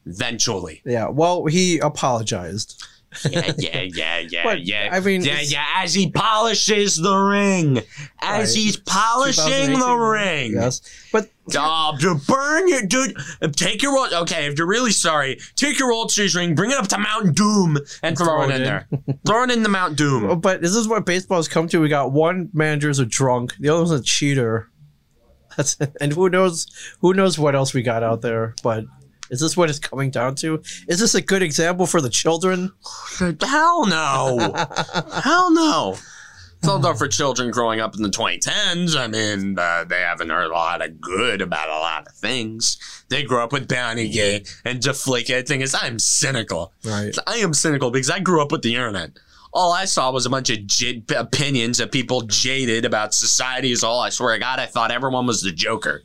eventually.
Yeah. Well, he apologized.
Yeah, yeah, yeah, yeah,
[laughs] But,
yeah.
I mean,
yeah,
it's-
yeah. As he polishes the ring, as
Right.
he's polishing the
2018,
ring.
Yes, but
Oh, dude, burn your dude. Take your old. Okay, if you're really sorry, take your old cheese ring, bring it up to Mount Doom, and throw, it in, there. [laughs] throw it in the Mount Doom.
but this is what baseball's come to. We got one manager's a drunk, the other one's a cheater. [laughs] That's and who knows who knows what else we got out there. But is this what it's coming down to? Is this a good example for the children?
Oh. Hell no. Hell no. It's all done for children growing up in the 2010s. I mean, uh, they haven't heard a lot of good about a lot of things. They grew up with Bounty Gate and Deflake. The thing is, I'm cynical.
Right.
I am cynical because I grew up with the internet. All I saw was a bunch of j- opinions of people jaded about society is all. I swear to God, I thought everyone was the Joker.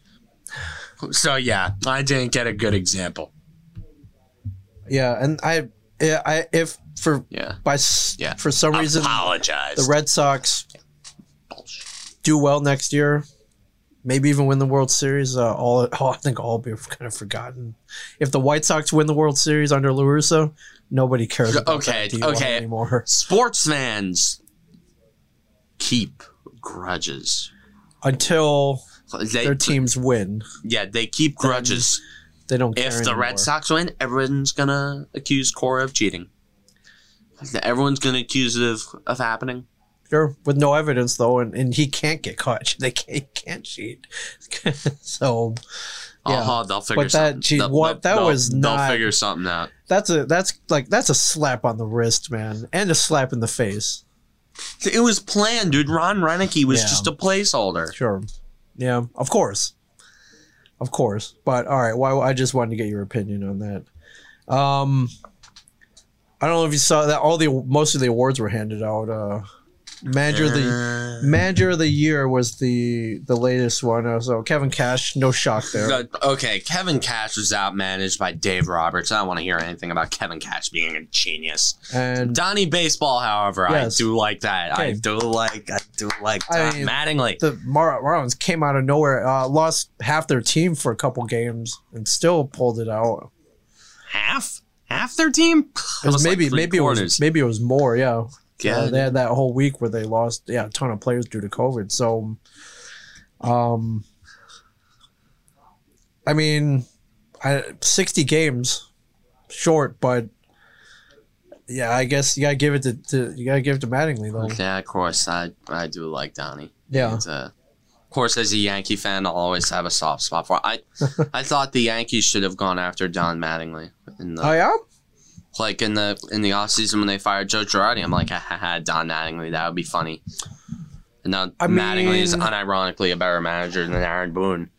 So yeah, I didn't get a good example.
Yeah, and I, yeah, I if for
Yeah,
by s
Yeah.
for some reason
apologize.
the Red Sox do well next year, maybe even win the World Series. Uh, all [laughs] oh, I think all be kind of forgotten. If the White Sox win the World Series under Larusso, nobody cares. About
Okay,
that deal
okay.
anymore.
Sports fans keep grudges.
Until
They,
their teams win,
yeah, they keep grudges.
they don't care.
If the
anymore.
Red Sox win, everyone's gonna accuse Cora of cheating. Everyone's gonna accuse it of of happening.
Sure, with no evidence though, and, and he can't get caught. [laughs] They can't, he can't cheat. [laughs] so Yeah.
Uh-huh, they'll figure
that,
something.
gee,
they'll-
what-
they'll-
that
they'll-
was
they'll
not-
figure something out.
that's a that's like that's a slap on the wrist, man, and a slap in the face.
It was planned, dude. Ron Renicky was
Yeah.
just a placeholder.
Sure. Yeah, of course. Of course. But all right, well, I just wanted to get your opinion on that. Um I don't know if you saw that. All the most of the awards were handed out. Uh, manager of the
Uh.
manager of the year was the the latest one. Uh, so Kevin Cash, no shock there.
Uh, okay, Kevin Cash was outmanaged by Dave Roberts. I don't want to hear anything about Kevin Cash being a genius.
And
Donnie Baseball, however, I
Yes.
do like that. I
Okay.
do like. I do like
I
Don
mean,
Mattingly.
the Mar- Marlins came out of nowhere, uh, lost half their team for a couple games, and still pulled it out.
half, half their team.
It was maybe maybe it was, maybe it was more. Yeah, Uh,
yeah.
they had that whole week where they lost yeah a ton of players due to COVID. So, um, I mean, I, sixty games short, but yeah, I guess you gotta give it to, to you gotta give it to Mattingly though.
yeah, of course. I I do like Donnie.
Yeah,
It's, uh, of course, as a Yankee fan, I'll always have a soft spot for. I
[laughs]
I thought the Yankees should have gone after Don Mattingly in the
oh yeah,
like in the in the off season when they fired Joe Girardi. I'm like, ha ha, ha, Don Mattingly, that would be funny. And now
I
Mattingly is
mean-
unironically a better manager than Aaron Boone.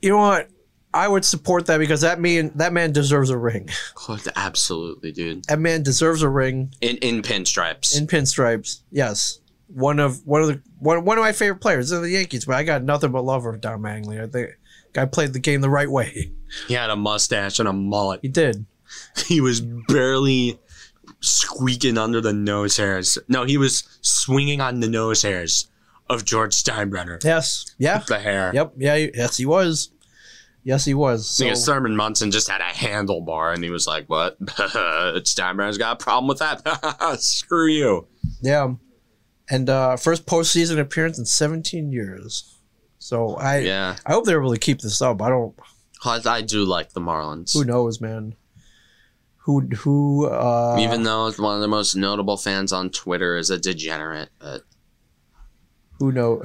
you know what? I would support that because that mean that man deserves a ring.
God, absolutely, dude.
That man deserves a ring
In in pinstripes.
in pinstripes. Yes, one of one of the one, one of my favorite players of the Yankees. But I got nothing but love for Don Mattingly. I think guy played the game the right way. [laughs]
he had a mustache and a mullet.
He did.
He was barely squeaking under the nose hairs. No, he was swinging on the nose hairs of George Steinbrenner.
Yes. Yeah.
The hair.
Yep. Yeah. he- Yes, he was. Yes, he was. So,
Yeah, Thurman Munson just had a handlebar, and he was like, "What? [laughs] Steinbrenner's got a problem with that? [laughs] Screw you."
yeah. And uh, first postseason appearance in 17 years. So I
Yeah,
I hope they're able to keep this up. I don't.
I, I do like the Marlins,
Who knows, man. Who who? Uh,
even though one of the most notable fans on Twitter is a degenerate. But
who know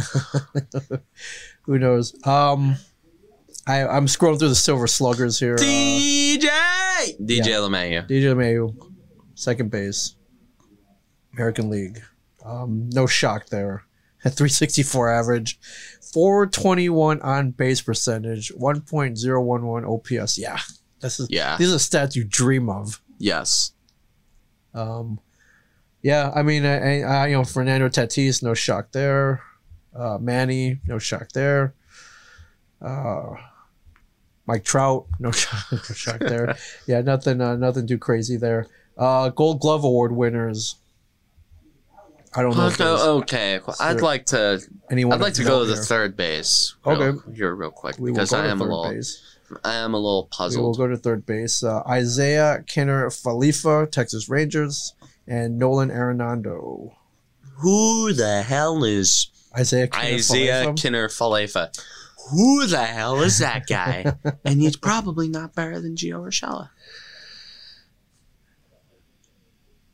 [laughs] who knows um i i'm scrolling through the silver sluggers here uh, dj
DJ DJ LeMayu,
mayu second base american league um no shock there [laughs] at 364 average 421 on base percentage 1.011 ops yeah this is
Yeah.
these are stats you dream of
yes,
um, yeah, I mean, I, I, you know, Fernando Tatis, no shock there. Uh, Manny, no shock there. Uh, Mike Trout, no [laughs] shock, no shock
[laughs]
there. Yeah, nothing, uh, nothing too crazy there. Uh, Gold Glove Award winners. I don't know if there's
okay. well, I'd like to
anyone.
oh, I'd like
of
to go to
note
the
here.
third base.
Okay.
real, here real quick
We will
because
go
I
to
am a
third
little
base.
I am a little
We will
puzzled.
go to third base. Uh, Isaiah Kenner Falifa, Texas Rangers, and Nolan Arenado.
Who the hell is
Isaiah Kinner
Isaiah
Falefa?
Kinner Falefa. Who the hell is that guy? and he's probably not better than Gio Urshela.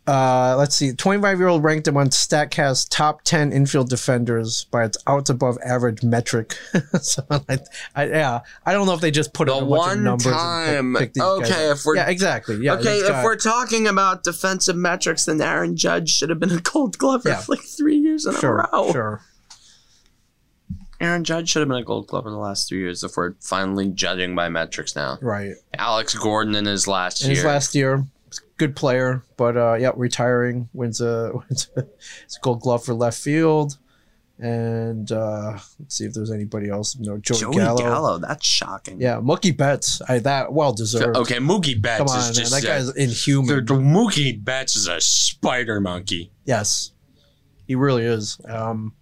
Uh, let's see. 25 year old ranked among StatCast top 10 infield defenders by its out above average metric. [laughs] so I, I, yeah, I don't know if they just put
The
up a bunch of
one
numbers. and
time.
pick- pick these guys
Okay,
up.
if we're-
yeah, exactly. Yeah,
okay,
these
if
guys-
we're talking about defensive metrics, then Aaron Judge should have been a gold glover
Yeah.
for like three years in
sure,
a row.
sure.
Aaron Judge should have been a gold glover the last three years if we're finally judging by metrics now.
Right.
Alex Gordon in his last
In
year.
his last year, he's a good player, but uh, yeah, retiring wins a, [laughs] wins a, it's a gold glove for left field. And uh, let's see if there's anybody else. No, Joey,
Joey Gallo.
Gallo.
that's shocking.
Yeah, Mookie Betts. I, that well deserved.
Okay, Mookie oh, Betts
Come on,
is just
man. That
a-
guy's inhuman.
the- the Mookie Betts is a spider monkey.
Yes, he really is. Um,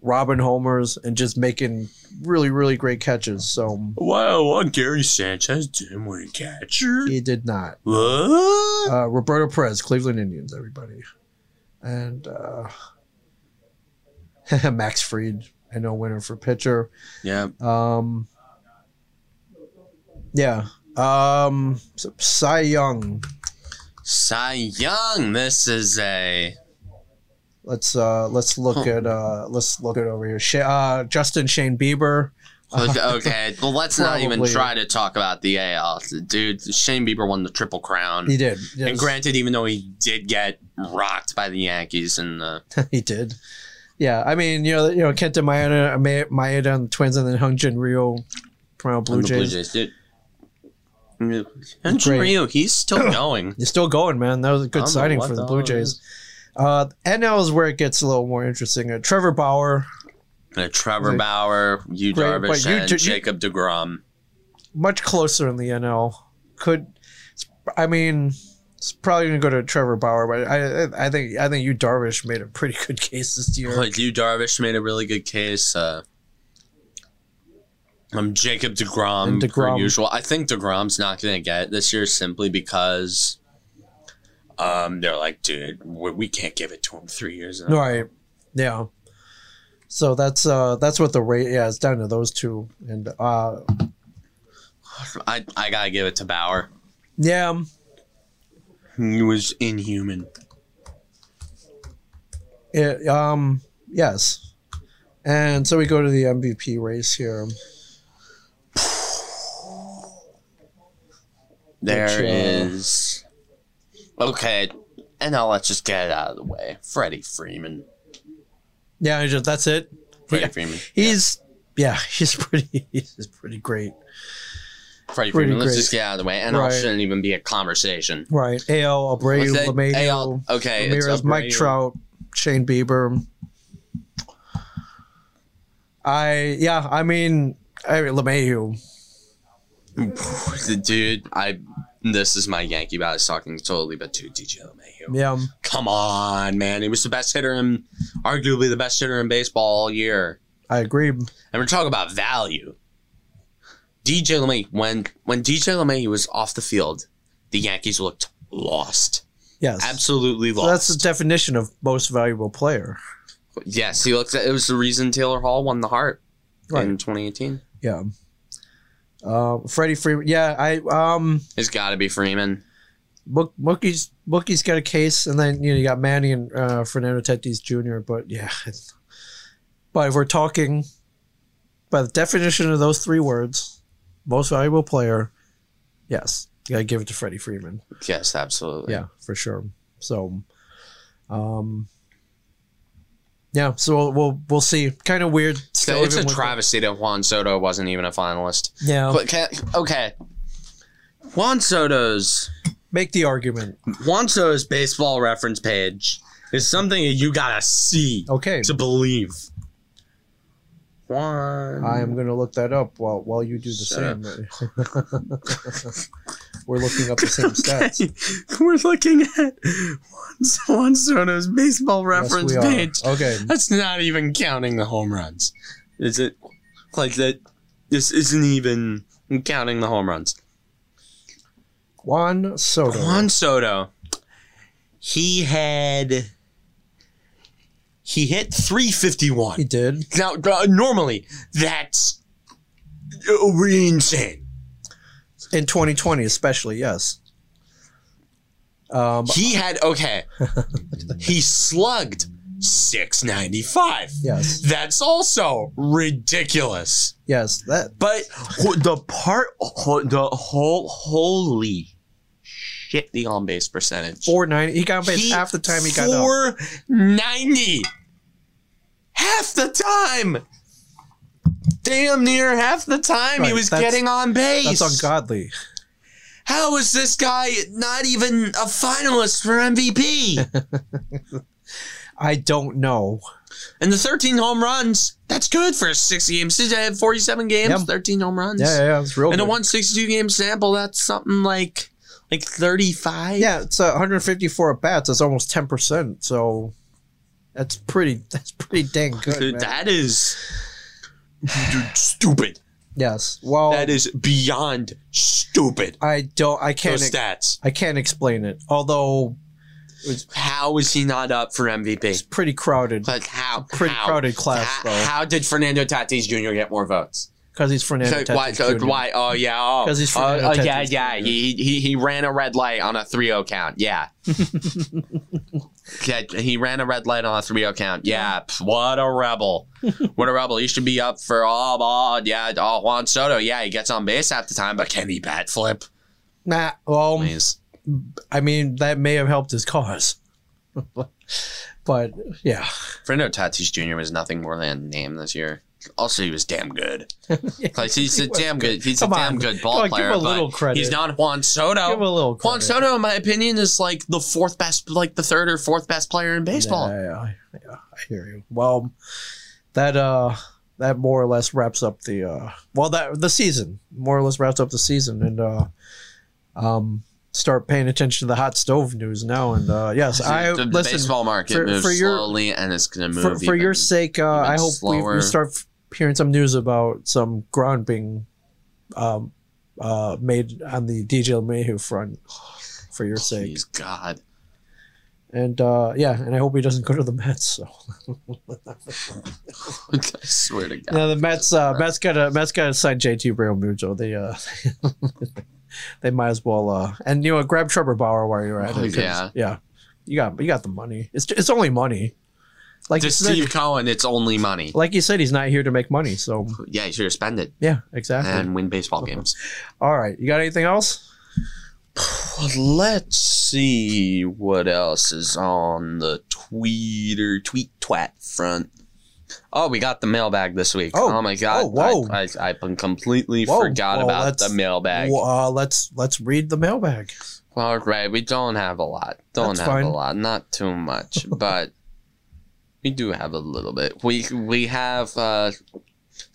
Robin homers and just making really, really great catches. So
Wow, on Gary Sanchez didn't win catcher.
he did not.
What?
Uh, Roberto Perez, Cleveland Indians, everybody, and uh, [laughs] Max Fried. I know winner for pitcher.
Yeah,
Um, yeah. Um, so Cy Young.
Cy Young. This is
[laughs]
a
Let's uh, let's look at uh, let's look at over here. Sha uh, Justin Shane Bieber.
okay. Well, let's not even
Probably.
try to talk about the AL, dude. Shane Bieber won the triple crown,
He did.
and
Yes.
granted, even though he did get rocked by the Yankees and the
[laughs] he did. Yeah, I mean, you know, you know, Kenta Maeda, Ma- Maeda and the Twins, and then Hung Jin Ryu from the Blue
and the
Jays.
Blue Jays, dude. Henry
Great.
Rio, he's
[coughs]
still going.
You're still going, man. That was a
I don't know
good signing
what
for the
that
Blue
was.
Jays. Uh, and now is where it gets a little more interesting. Uh, Trevor Bauer,
Uh, Trevor
Like,
Bauer, Yu
great,
Darvish,
but you
and
ju- you-
Jacob DeGrom.
much closer in the NL. Could, I mean, it's probably gonna go to Trevor Bauer, but I, I- I think, I think you Darvish made a pretty good [laughs] case this year.
But Yu Darvish made a really good case. Uh, um, Jacob DeGrom,
And
DeGrom,
DeGrom.
per usual. I think DeGrom's not going to get it this year simply because um, they're like, dude, we, we can't give it to him three years. In a
Right. Yeah. So that's uh that's what the rate yeah, it's down to those two. And uh
I, I gotta give it to Bauer.
yeah. um,
He was inhuman.
It, um yes. And so we go to the MVP race here.
There
Which, uh,
is okay, and now let's just get it out of the way. Freddie Freeman.
Yeah, I just, that's it.
Freddie
Yeah.
Freeman.
He's yeah, [laughs] he's pretty he's pretty great.
Freddie
pretty
Freeman. Let's
great.
just get out of the way, and it
Right.
shouldn't even be a conversation.
Right. AL Abreu,
Let's say- hey,
LeMayo,
I'll- okay, it's
Ramirez, Mike
Abreu.
Trout, Shane Bieber. I yeah, I mean I mean LeMahieu.
[laughs] Dude, I this is my Yankee bias talking totally, but dude, DJ LeMahieu.
Yeah.
Come on, man. He was the best hitter in arguably the best hitter in baseball all year.
I agree.
And we're talking about value. DJ LeMay, when when DJ LeMay was off the field, the Yankees looked lost.
Yes.
Absolutely
So that's
lost.
the definition of most valuable player.
yes, he looked it was the reason Taylor Hall won the heart in
Right.
twenty eighteen.
Yeah. Uh, Freddie Freeman. Yeah, I um,
It's gotta be Freeman.
Mook, Mookie's Mookie's got a case, and then you know you got Manny and uh, Fernando Tatis Jr. But yeah, it's- but if we're talking by the definition of those three words, most valuable player. Yes, you gotta give it to Freddie Freeman.
Yes, absolutely.
Yeah, for sure. So, um, yeah. So we'll we'll, we'll see. Kind of weird.
So it's a
even with- Oh.
travesty that Juan Soto wasn't even a finalist.
Yeah.
But can, okay, Juan Soto's
Make the argument.
Juan Soto's baseball reference page is something that you gotta see
Okay.
to believe. Juan,
I am going to look that up while while you do the
Shut
same. [laughs] We're looking up the
[laughs]
same stats.
[laughs] we're looking at Juan, Juan Soto's baseball
Yes,
reference
we are.
page.
Okay.
That's not even counting the home runs. Is it like that? This isn't even counting the home runs.
Juan Soto.
Juan Soto, he had he hit
He
351.
did.
Now, uh, normally that's uh, insane.
In 2020, especially, yes. Um,
He had okay. he slugged 695.
yes.
That's also ridiculous.
Yes. That.
But ho- the part, ho- the whole, holy shit, the on base percentage.
490. He got on base
He-
half the time he got out.
490. Half the time. Damn near half the time he
Right,
was
that's-
getting on base.
That's ungodly.
How is this guy not even a finalist for
[laughs]
MVP?
I don't know.
and the 13 home runs, that's good for a six game season. I had 47 games,
Yeah.
13 home runs.
Yeah, yeah, yeah it's real.
And a
good.
162 game sample, that's something like like 35.
Yeah, it's uh, 154 at bats. That's almost 10. percent So that's pretty. That's pretty dang good.
Dude,
man.
that
[laughs]
is dude, stupid.
yes. Well,
That is beyond stupid.
I don't. I can't.
Those
ex-
stats.
I can't explain it. Although
How is he not up for MVP?
pretty crowded
Like how?
Pretty
how,
crowded class,
ho-
though.
How, did Fernando Tatis Jr. get more votes?
because he's Fernando.
so why?
Tatis
So
Jr..
why? Oh yeah. Oh,
'Cause he's
oh,
Fernando
oh, yeah,
Tatis
yeah.
Jr..
He, he he ran a red light on a 3-0 count.
[laughs]
Yeah. yeah. He ran a red light on a 3-0 count. Yeah. pff, What a rebel. what a rebel. He should be up for all. Oh, yeah. Oh, Juan Soto. Yeah, he gets on base half the time, but can he bat flip?
Mm. Nah. Well,
Please.
I mean, that may have helped his cause. [laughs] but yeah,
Fernando Tatis Jr. was nothing more than a name this year. also he was damn
[laughs]
good. Like he's a damn good. He's
Come
a
on.
damn good ball
Come on, give
player.
him a little
but
credit.
He's not Juan Soto.
Give him a little
Juan
credit.
Soto, in my opinion, is like the fourth best, like the third or fourth best player in baseball.
Yeah, yeah, yeah, I hear you. Well, that uh, that more or less wraps up the uh, well that the season more or less wraps up the season and uh, um, start paying attention to the hot stove news now. And uh, yes, I
the, the
listen
baseball market
for-
moves
for your-
slowly, and it's going to move
for, for your
even-
sake. Uh, I
even
hope we,
slower.
we start f- hearing some news about some ground being um, uh, made on the DJ Mayhew front. For your sake,
Please God,
and uh, yeah, and I hope he doesn't go to the Mets. So.
I swear to God.
No, the Mets. Uh, Mets got to Mets got to sign JT Realmuto. They uh, [laughs] they might as well. Uh, and you know, grab Trevor Bauer while you're at it. 'cause,
Oh, Yeah.
yeah. You got you got the money. It's it's only money. Like
to
you said,
Steve Cohen, it's only money.
like you said, he's not here to make money. So
Yeah, you should have spent it
yeah, exactly.
and win baseball games.
All right, you got anything else?
[sighs] Let's see what else is on the tweeter tweet twat front. Oh, we got the mailbag this week.
Oh.
Oh, my god!
Oh, whoa.
I, I, I completely
Whoa.
forgot
Well,
about
let's-
the mailbag.
Well, uh, let's let's read the mailbag.
Well, right, we don't have a lot. Don't
That's
have
fine.
a lot. Not too
[laughs]
much, but we do have a little bit. We we have uh,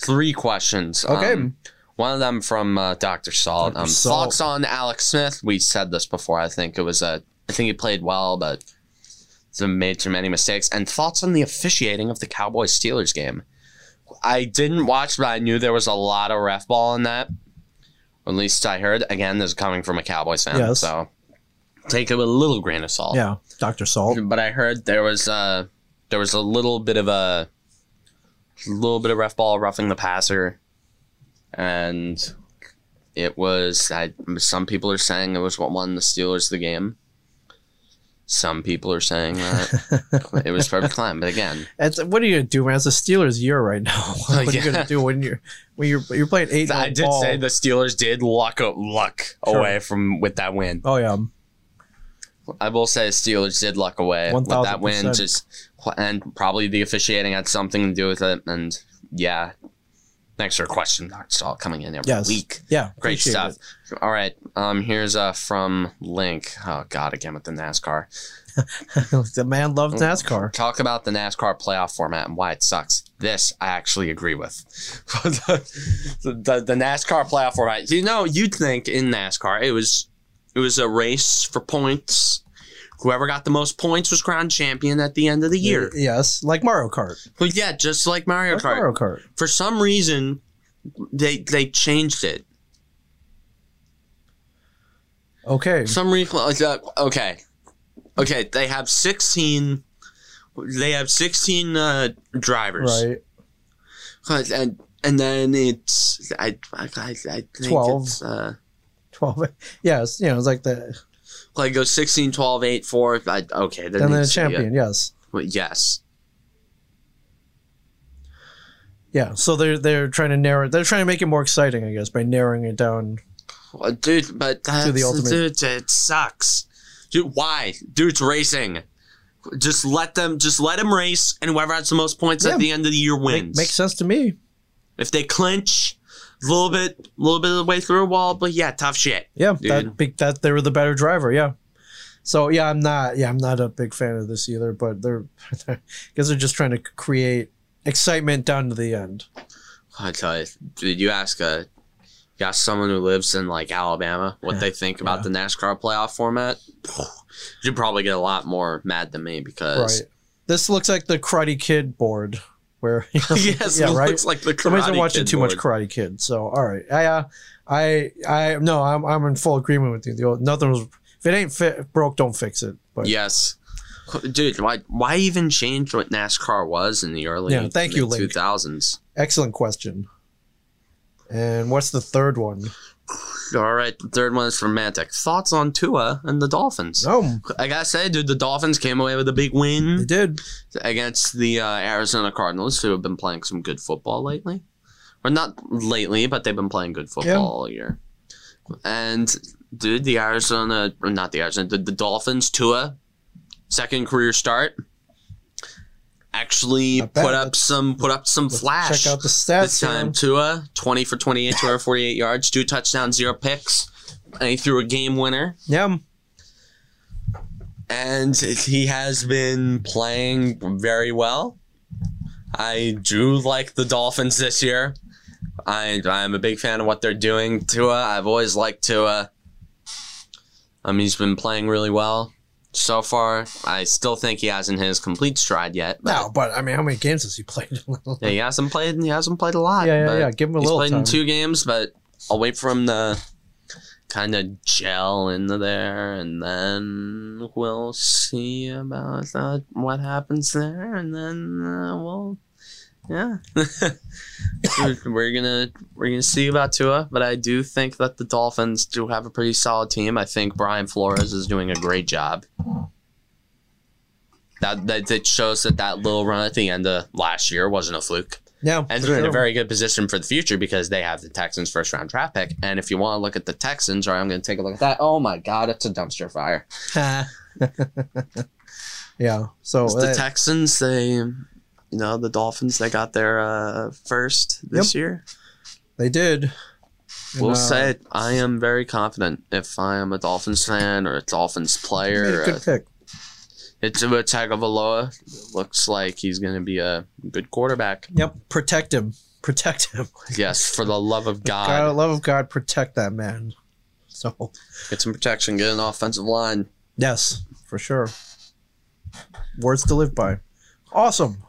three questions.
Okay.
Um, one of them from uh, Doctor Salt.
Dr.
Um,
Salt.
Thoughts on Alex Smith? We said this before. I think it was uh, I think he played well, but so made too many mistakes. And thoughts on the officiating of the Cowboys Steelers game? I didn't watch, but I knew there was a lot of ref ball in that. At least I heard. Again, this is coming from a Cowboys fan,
Yes.
so take it with a little grain of salt.
Yeah, Doctor Salt.
But I heard there was uh there was a little bit of a little bit of ref ball roughing the passer, and it was. I some people are saying it was what won the Steelers the game. Some people are saying that
[laughs]
it was perfect climb, but again,
It's, what are you gonna do, man? It's the Steelers' year right now. [laughs]
[laughs]
what are you
Yeah.
gonna do when you're when you're you're playing eight?
I did
ball?
say the Steelers did luck luck
Sure.
away from with that win.
Oh yeah,
I will say Steelers did luck away with that win,
1000%.
just and probably the officiating had something to do with it. And yeah, thanks for your question, Dr. Stahl, coming in every
yes,
week.
yeah,
Great
appreciate
stuff.
it.
All right, um, here's uh from Link. Oh God, again with the NASCAR.
[laughs] the man loves
Oh.
NASCAR.
Talk about the NASCAR playoff format and why it sucks. This I actually agree with. [laughs] the, the, the NASCAR playoff format. You know, you'd think in NASCAR it was it was a race for points. Whoever got the most points was crowned champion at the end of the year.
Yes, like Mario Kart.
Well, yeah, just like Mario
Like
Kart.
Mario Kart.
For some reason, they they changed it.
Okay.
some reason okay okay they have 16 they have 16 uh, drivers
Right.
right. and and then it's i i, I I think
12.
it's uh
Twelve. [laughs] Yes. You know, it's like the
like go 16 12 8 4 I, okay there
and then a
needs to be a-
champion. Yes.
Wait, yes
Yeah. So they're they're trying to narrow. They're trying to make it more exciting, I guess, by narrowing it down.
Well, dude but that's,
ultimate.
dude it sucks dude why dude's racing just let them just let them race and whoever has the most points
Yeah.
at the end of the year
Make,
wins
makes sense to me.
If they clinch a little bit, a little bit of the way through a wall, but yeah, tough shit.
Yeah. That
Dude.
big. That they were the better driver. Yeah. So yeah, I'm not. Yeah, I'm not a big fan of this either. But they're, [laughs] they're because they're just trying to create excitement down to the end.
I tell you, dude, you ask a, you ask someone who lives in like Alabama what they think about the NASCAR playoff format. You'd probably get a lot more mad than me because
Right. This looks like the Karate Kid board, where [laughs]
[laughs] yes,
Yeah,
it
right?
looks like the
Somebody's been
Karate
watching
Kid
too much
board.
Karate Kid. So all right, I, uh, I, I, no, I'm, I'm in full agreement with you. The old, nothing was. If it ain't fit, broke, don't fix it. But yeah,
Yes, dude, why why even change what NASCAR was in the early
Yeah, thank you,
two
Link.
thousands?
excellent question. And what's the third one?
All right, the third one is from Mantic. Thoughts on Tua and the Dolphins?
Oh,
I gotta say, dude, the Dolphins came away with a big win.
it did.
against the uh, Arizona Cardinals, who have been playing some good football lately. Or not lately, but they've been playing good football
Yeah.
all year. And dude, the Arizona, or not the Arizona, the, the Dolphins, Tua, second career start, actually
Not
put
bad.
up
Let's-
some put up some flash
Check out the stats.
this time.
man.
Tua twenty for twenty eight, two hundred forty eight yards, two touchdowns, zero picks, and he threw a game winner.
Yeah.
and he has been playing very well. I do like the Dolphins this year. I I'm a big fan of what they're doing. Tua, I've always liked Tua. Um, he's been playing really well so far. I still think he hasn't hit his complete stride yet. But
No, but I mean, how many games has he played? [laughs]
yeah, he hasn't played. He hasn't played a lot.
Yeah, yeah,
but
yeah. Give him a
he's
little
played in
time.
two games, but I'll wait for him to kind of gel into there, and then we'll see about that, what happens there, and then uh, we'll, yeah, [laughs] we're, we're gonna we're gonna see about Tua. But I do think that the Dolphins do have a pretty solid team. I think Brian Flores is doing a great job. That, that that shows that that little run at the end of last year wasn't a fluke.
yeah.
And
for
they're in a
sure.
very good position for the future because they have the Texans first round draft pick. And if you want to look at the Texans, all right, I'm going to take a look at that. Oh my God, it's a dumpster fire.
[laughs] yeah. So uh,
It's the
that-
Texans, they, you know, the Dolphins, they got their uh, first this year.
they did. And,
We'll
uh,
say it. I am very confident if I am a Dolphins fan or a Dolphins
yeah,
player. Uh,
good pick.
it's a Tagovailoa. Looks like he's going to be a good quarterback.
Yep. Protect him. Protect him. [laughs]
Yes, for the love of
God, I
God.
love of God, protect that man. So
Get some protection, get an offensive line.
yes, for sure. Words to live by. Awesome.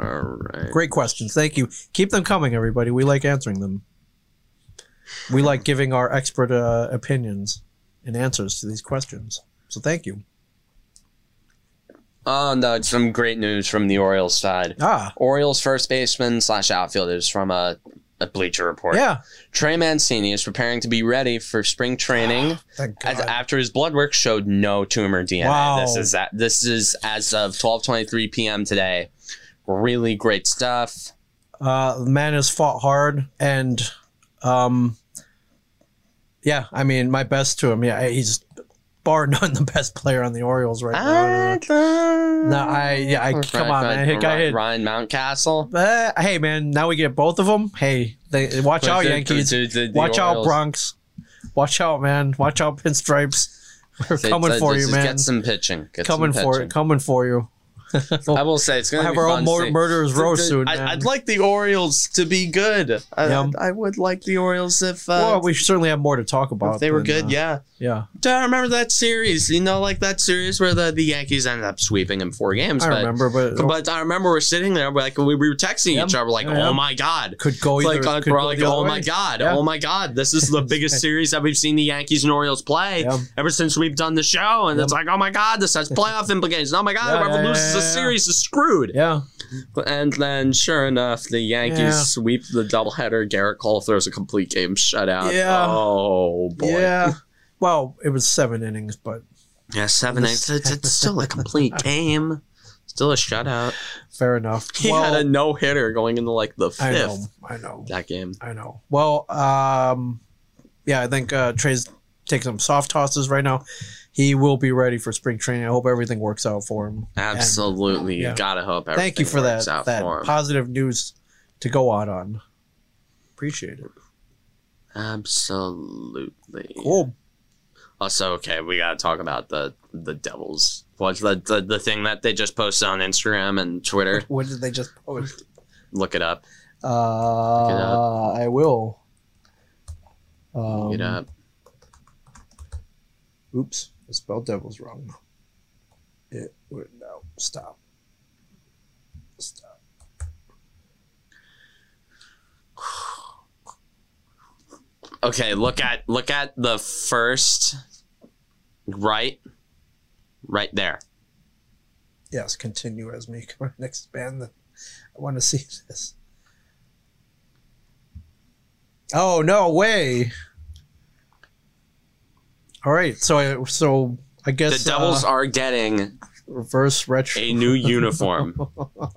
All right.
Great questions. Thank you. Keep them coming, everybody. We like answering them. We like giving our expert uh, opinions and answers to these questions. So thank you.
Oh no! Some great news from the Orioles side.
Ah,
Orioles first baseman slash outfielders from a, a Bleacher Report.
yeah.
Trey Mancini is preparing to be ready for spring training
Thank
as,
[sighs] God.
after his blood work showed no tumor DNA.
Wow.
This is at, this is as of twelve twenty three p.m. today. Really great stuff.
Uh, the man has fought hard, and um, yeah, I mean, my best to him. Yeah, he's bar none the best player on the Orioles right now.
Ah,
No, I yeah, I, come on, man. Hey, guy, hey,
Ryan Mountcastle.
uh, hey, man. Now we get both of them. Hey, they watch out,
The- the-
Yankees.
the- the- the
Watch out,
Orioles.
Bronx. Watch out, man. Watch out, Pinstripes. [laughs] We're
They-
coming
they-
for
just
you, man.
Get some pitching. Get some
Coming for
pitching.
it. Coming for you.
I will say it's
We'll
gonna
have
be
our
fun
own
to
mur-
see.
murderers row
The-
soon,
I,
man.
would like the Orioles to be good. I,
Yeah.
I- I would like the Orioles if, uh,
well, we certainly have more to talk about.
if they were
than,
good.
uh,
yeah,
yeah.
Do I remember that series? You know, like that series where the, the Yankees ended up sweeping in four games.
I
but,
remember, but,
But I remember we're sitting there, we're like we we were texting
Yeah.
each other, like,
Yeah.
"Oh my god."
could go
It's
either.
Like, uh,
could
we're
go
like,
the other
oh my
way.
god,
Yeah.
oh my god, this is the
[laughs]
biggest series that we've seen the Yankees and Orioles play
Yeah.
ever since we've done the show. And it's like, oh my god, this has
[laughs]
playoff implications. Oh my god,
Yeah,
whoever
yeah,
loses
yeah,
the
yeah.
series is screwed.
Yeah.
And then, sure enough, the Yankees
Yeah.
sweep the doubleheader. Garrett Cole throws a complete game shutout.
Yeah.
Oh boy.
Yeah. Well, it was seven innings, but
Yeah, seven. It's, it's, it's still a
[laughs]
complete game. Still a shutout.
fair enough.
He
well,
had a no hitter going into like the
I know.
fifth
I know.
that game.
I know. Well, um, yeah, I think uh, Trey's taking some soft tosses right now. He will be ready for spring training. I hope everything works out for him.
Absolutely, you
yeah.
gotta hope. Everything
Thank you for
works
that
out
that
for him.
positive news to go out on. Appreciate it.
Absolutely.
Cool.
Also, okay, we gotta talk about the the Devils. What's the, the the thing that they just posted on Instagram and Twitter?
What did they just post?
Look it up.
Uh, I will. Um,
Look it up.
Oops, I spelled devil's wrong. It would no stop. Stop.
Okay, look at look at the first right, right there.
Yes, continue as me. [laughs] Come on, next band. that- I want to see this. Oh no way! All right, so I, so I
The
guess
Devils
uh,
are getting
reverse retro.
a new uniform.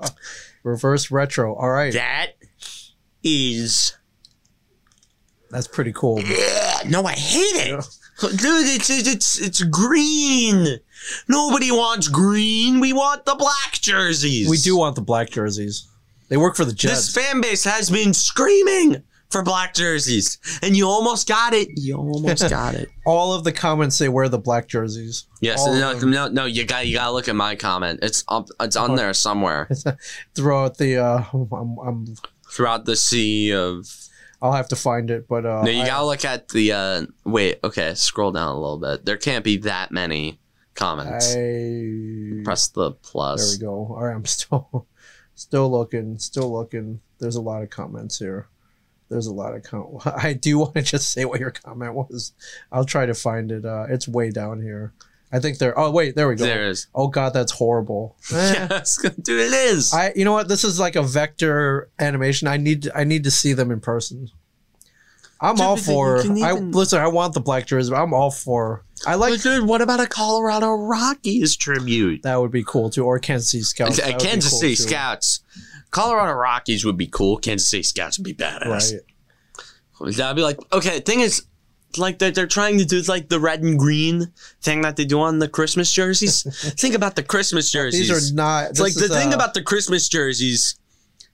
[laughs] reverse retro. All right,
That is
that's pretty cool.
Ugh, no, I hate it. Dude, it's, it's it's it's green. Nobody wants green. We want the black jerseys.
We do want the black jerseys. They work for the Jets.
This fan base has been screaming for black jerseys, and you almost got it. You almost got it.
All of the comments say wear the black jerseys.
[laughs] Yes,
All
no,
of them.
no, no. You got you got to look at my comment. It's up, it's on there somewhere
Throughout the, uh, [laughs] I'm, I'm,
throughout the sea of.
I'll have to find it, but uh,
No, you
I-
gotta look at the. Uh, wait, okay, scroll down a little bit. There can't be that many comments.
I,
Press the
There
plus.
we go. All right, I'm [laughs] still still looking, still looking. There's a lot of comments here. There's a lot of com- [laughs] I do want to just say what your comment was. I'll try to find it. Uh, it's way down here. I think there. Oh wait, there we go.
There it is. [laughs]
Oh god, that's horrible. Eh.
Yes, dude, it is.
[laughs] I. You know what? This is like a vector animation. I need. I need to see them in person. I'm
Dude,
all
but
for.
you can
I
even-
listen. I want the black jersey. I'm all for. I like.
But dude, what about a Colorado Rockies tribute?
That would be cool too. Or Kansas City Scouts. that
Uh,
would be
Kansas
cool,
City
too.
Scouts. Colorado Rockies would be cool. Kansas City Scouts would be badass.
Right.
I'd be like, okay, thing is, like they're, they're trying to do like the red and green thing that they do on the Christmas
[laughs]
jerseys. Think about the Christmas jerseys.
These are not.
it's
this
like the
is,
thing
uh,
about the Christmas jerseys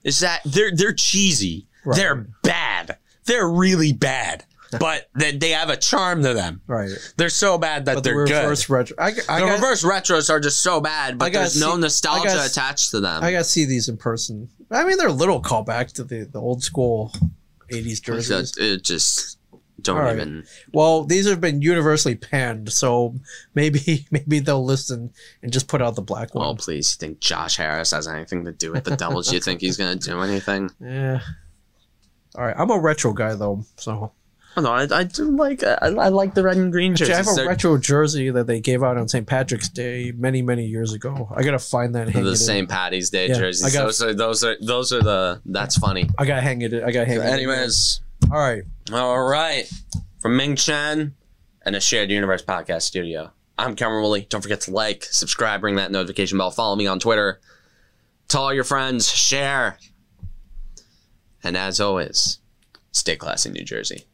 is that they're they're cheesy.
Right.
They're bad. They're really
[laughs]
bad. But they, they have a charm to them.
right,
They're so bad that
but the
they're good.
reverse retro. I, I
the
got,
reverse retros are just so bad,
I
but
gotta
there's no
see-
nostalgia
I gotta-
attached to them.
I got to see these in person. I mean, they're a little callback to the, the old school '80s
So
jerseys.
it just don't
All right.
even.
Well, these have been universally panned, so maybe [laughs] maybe they'll listen and just put out the black
Oh,
one.
please! You think Josh Harris has anything to do with
[laughs]
the Devils? you think he's gonna do anything?
Yeah. Eh. All right, I'm a retro guy though, so
Oh, no, I, I do like uh, I, I like the red and green
Actually,
jerseys.
I have a
They're
retro jersey that they gave out on St. Patrick's Day many many years ago. I gotta find that. And hang it
the
in.
St. Patty's Day
Yeah, I
jerseys.
got-
those are those are those are the. That's funny.
I gotta hang it. I gotta hang it. in.
Anyways,
all right.
all right, from Ming Chen and a Shared Universe podcast studio. I'm Cameron Woolley. Don't forget to like, subscribe, ring that notification bell, follow me on Twitter. Tell all your friends, share, and as always, stay classy, New Jersey.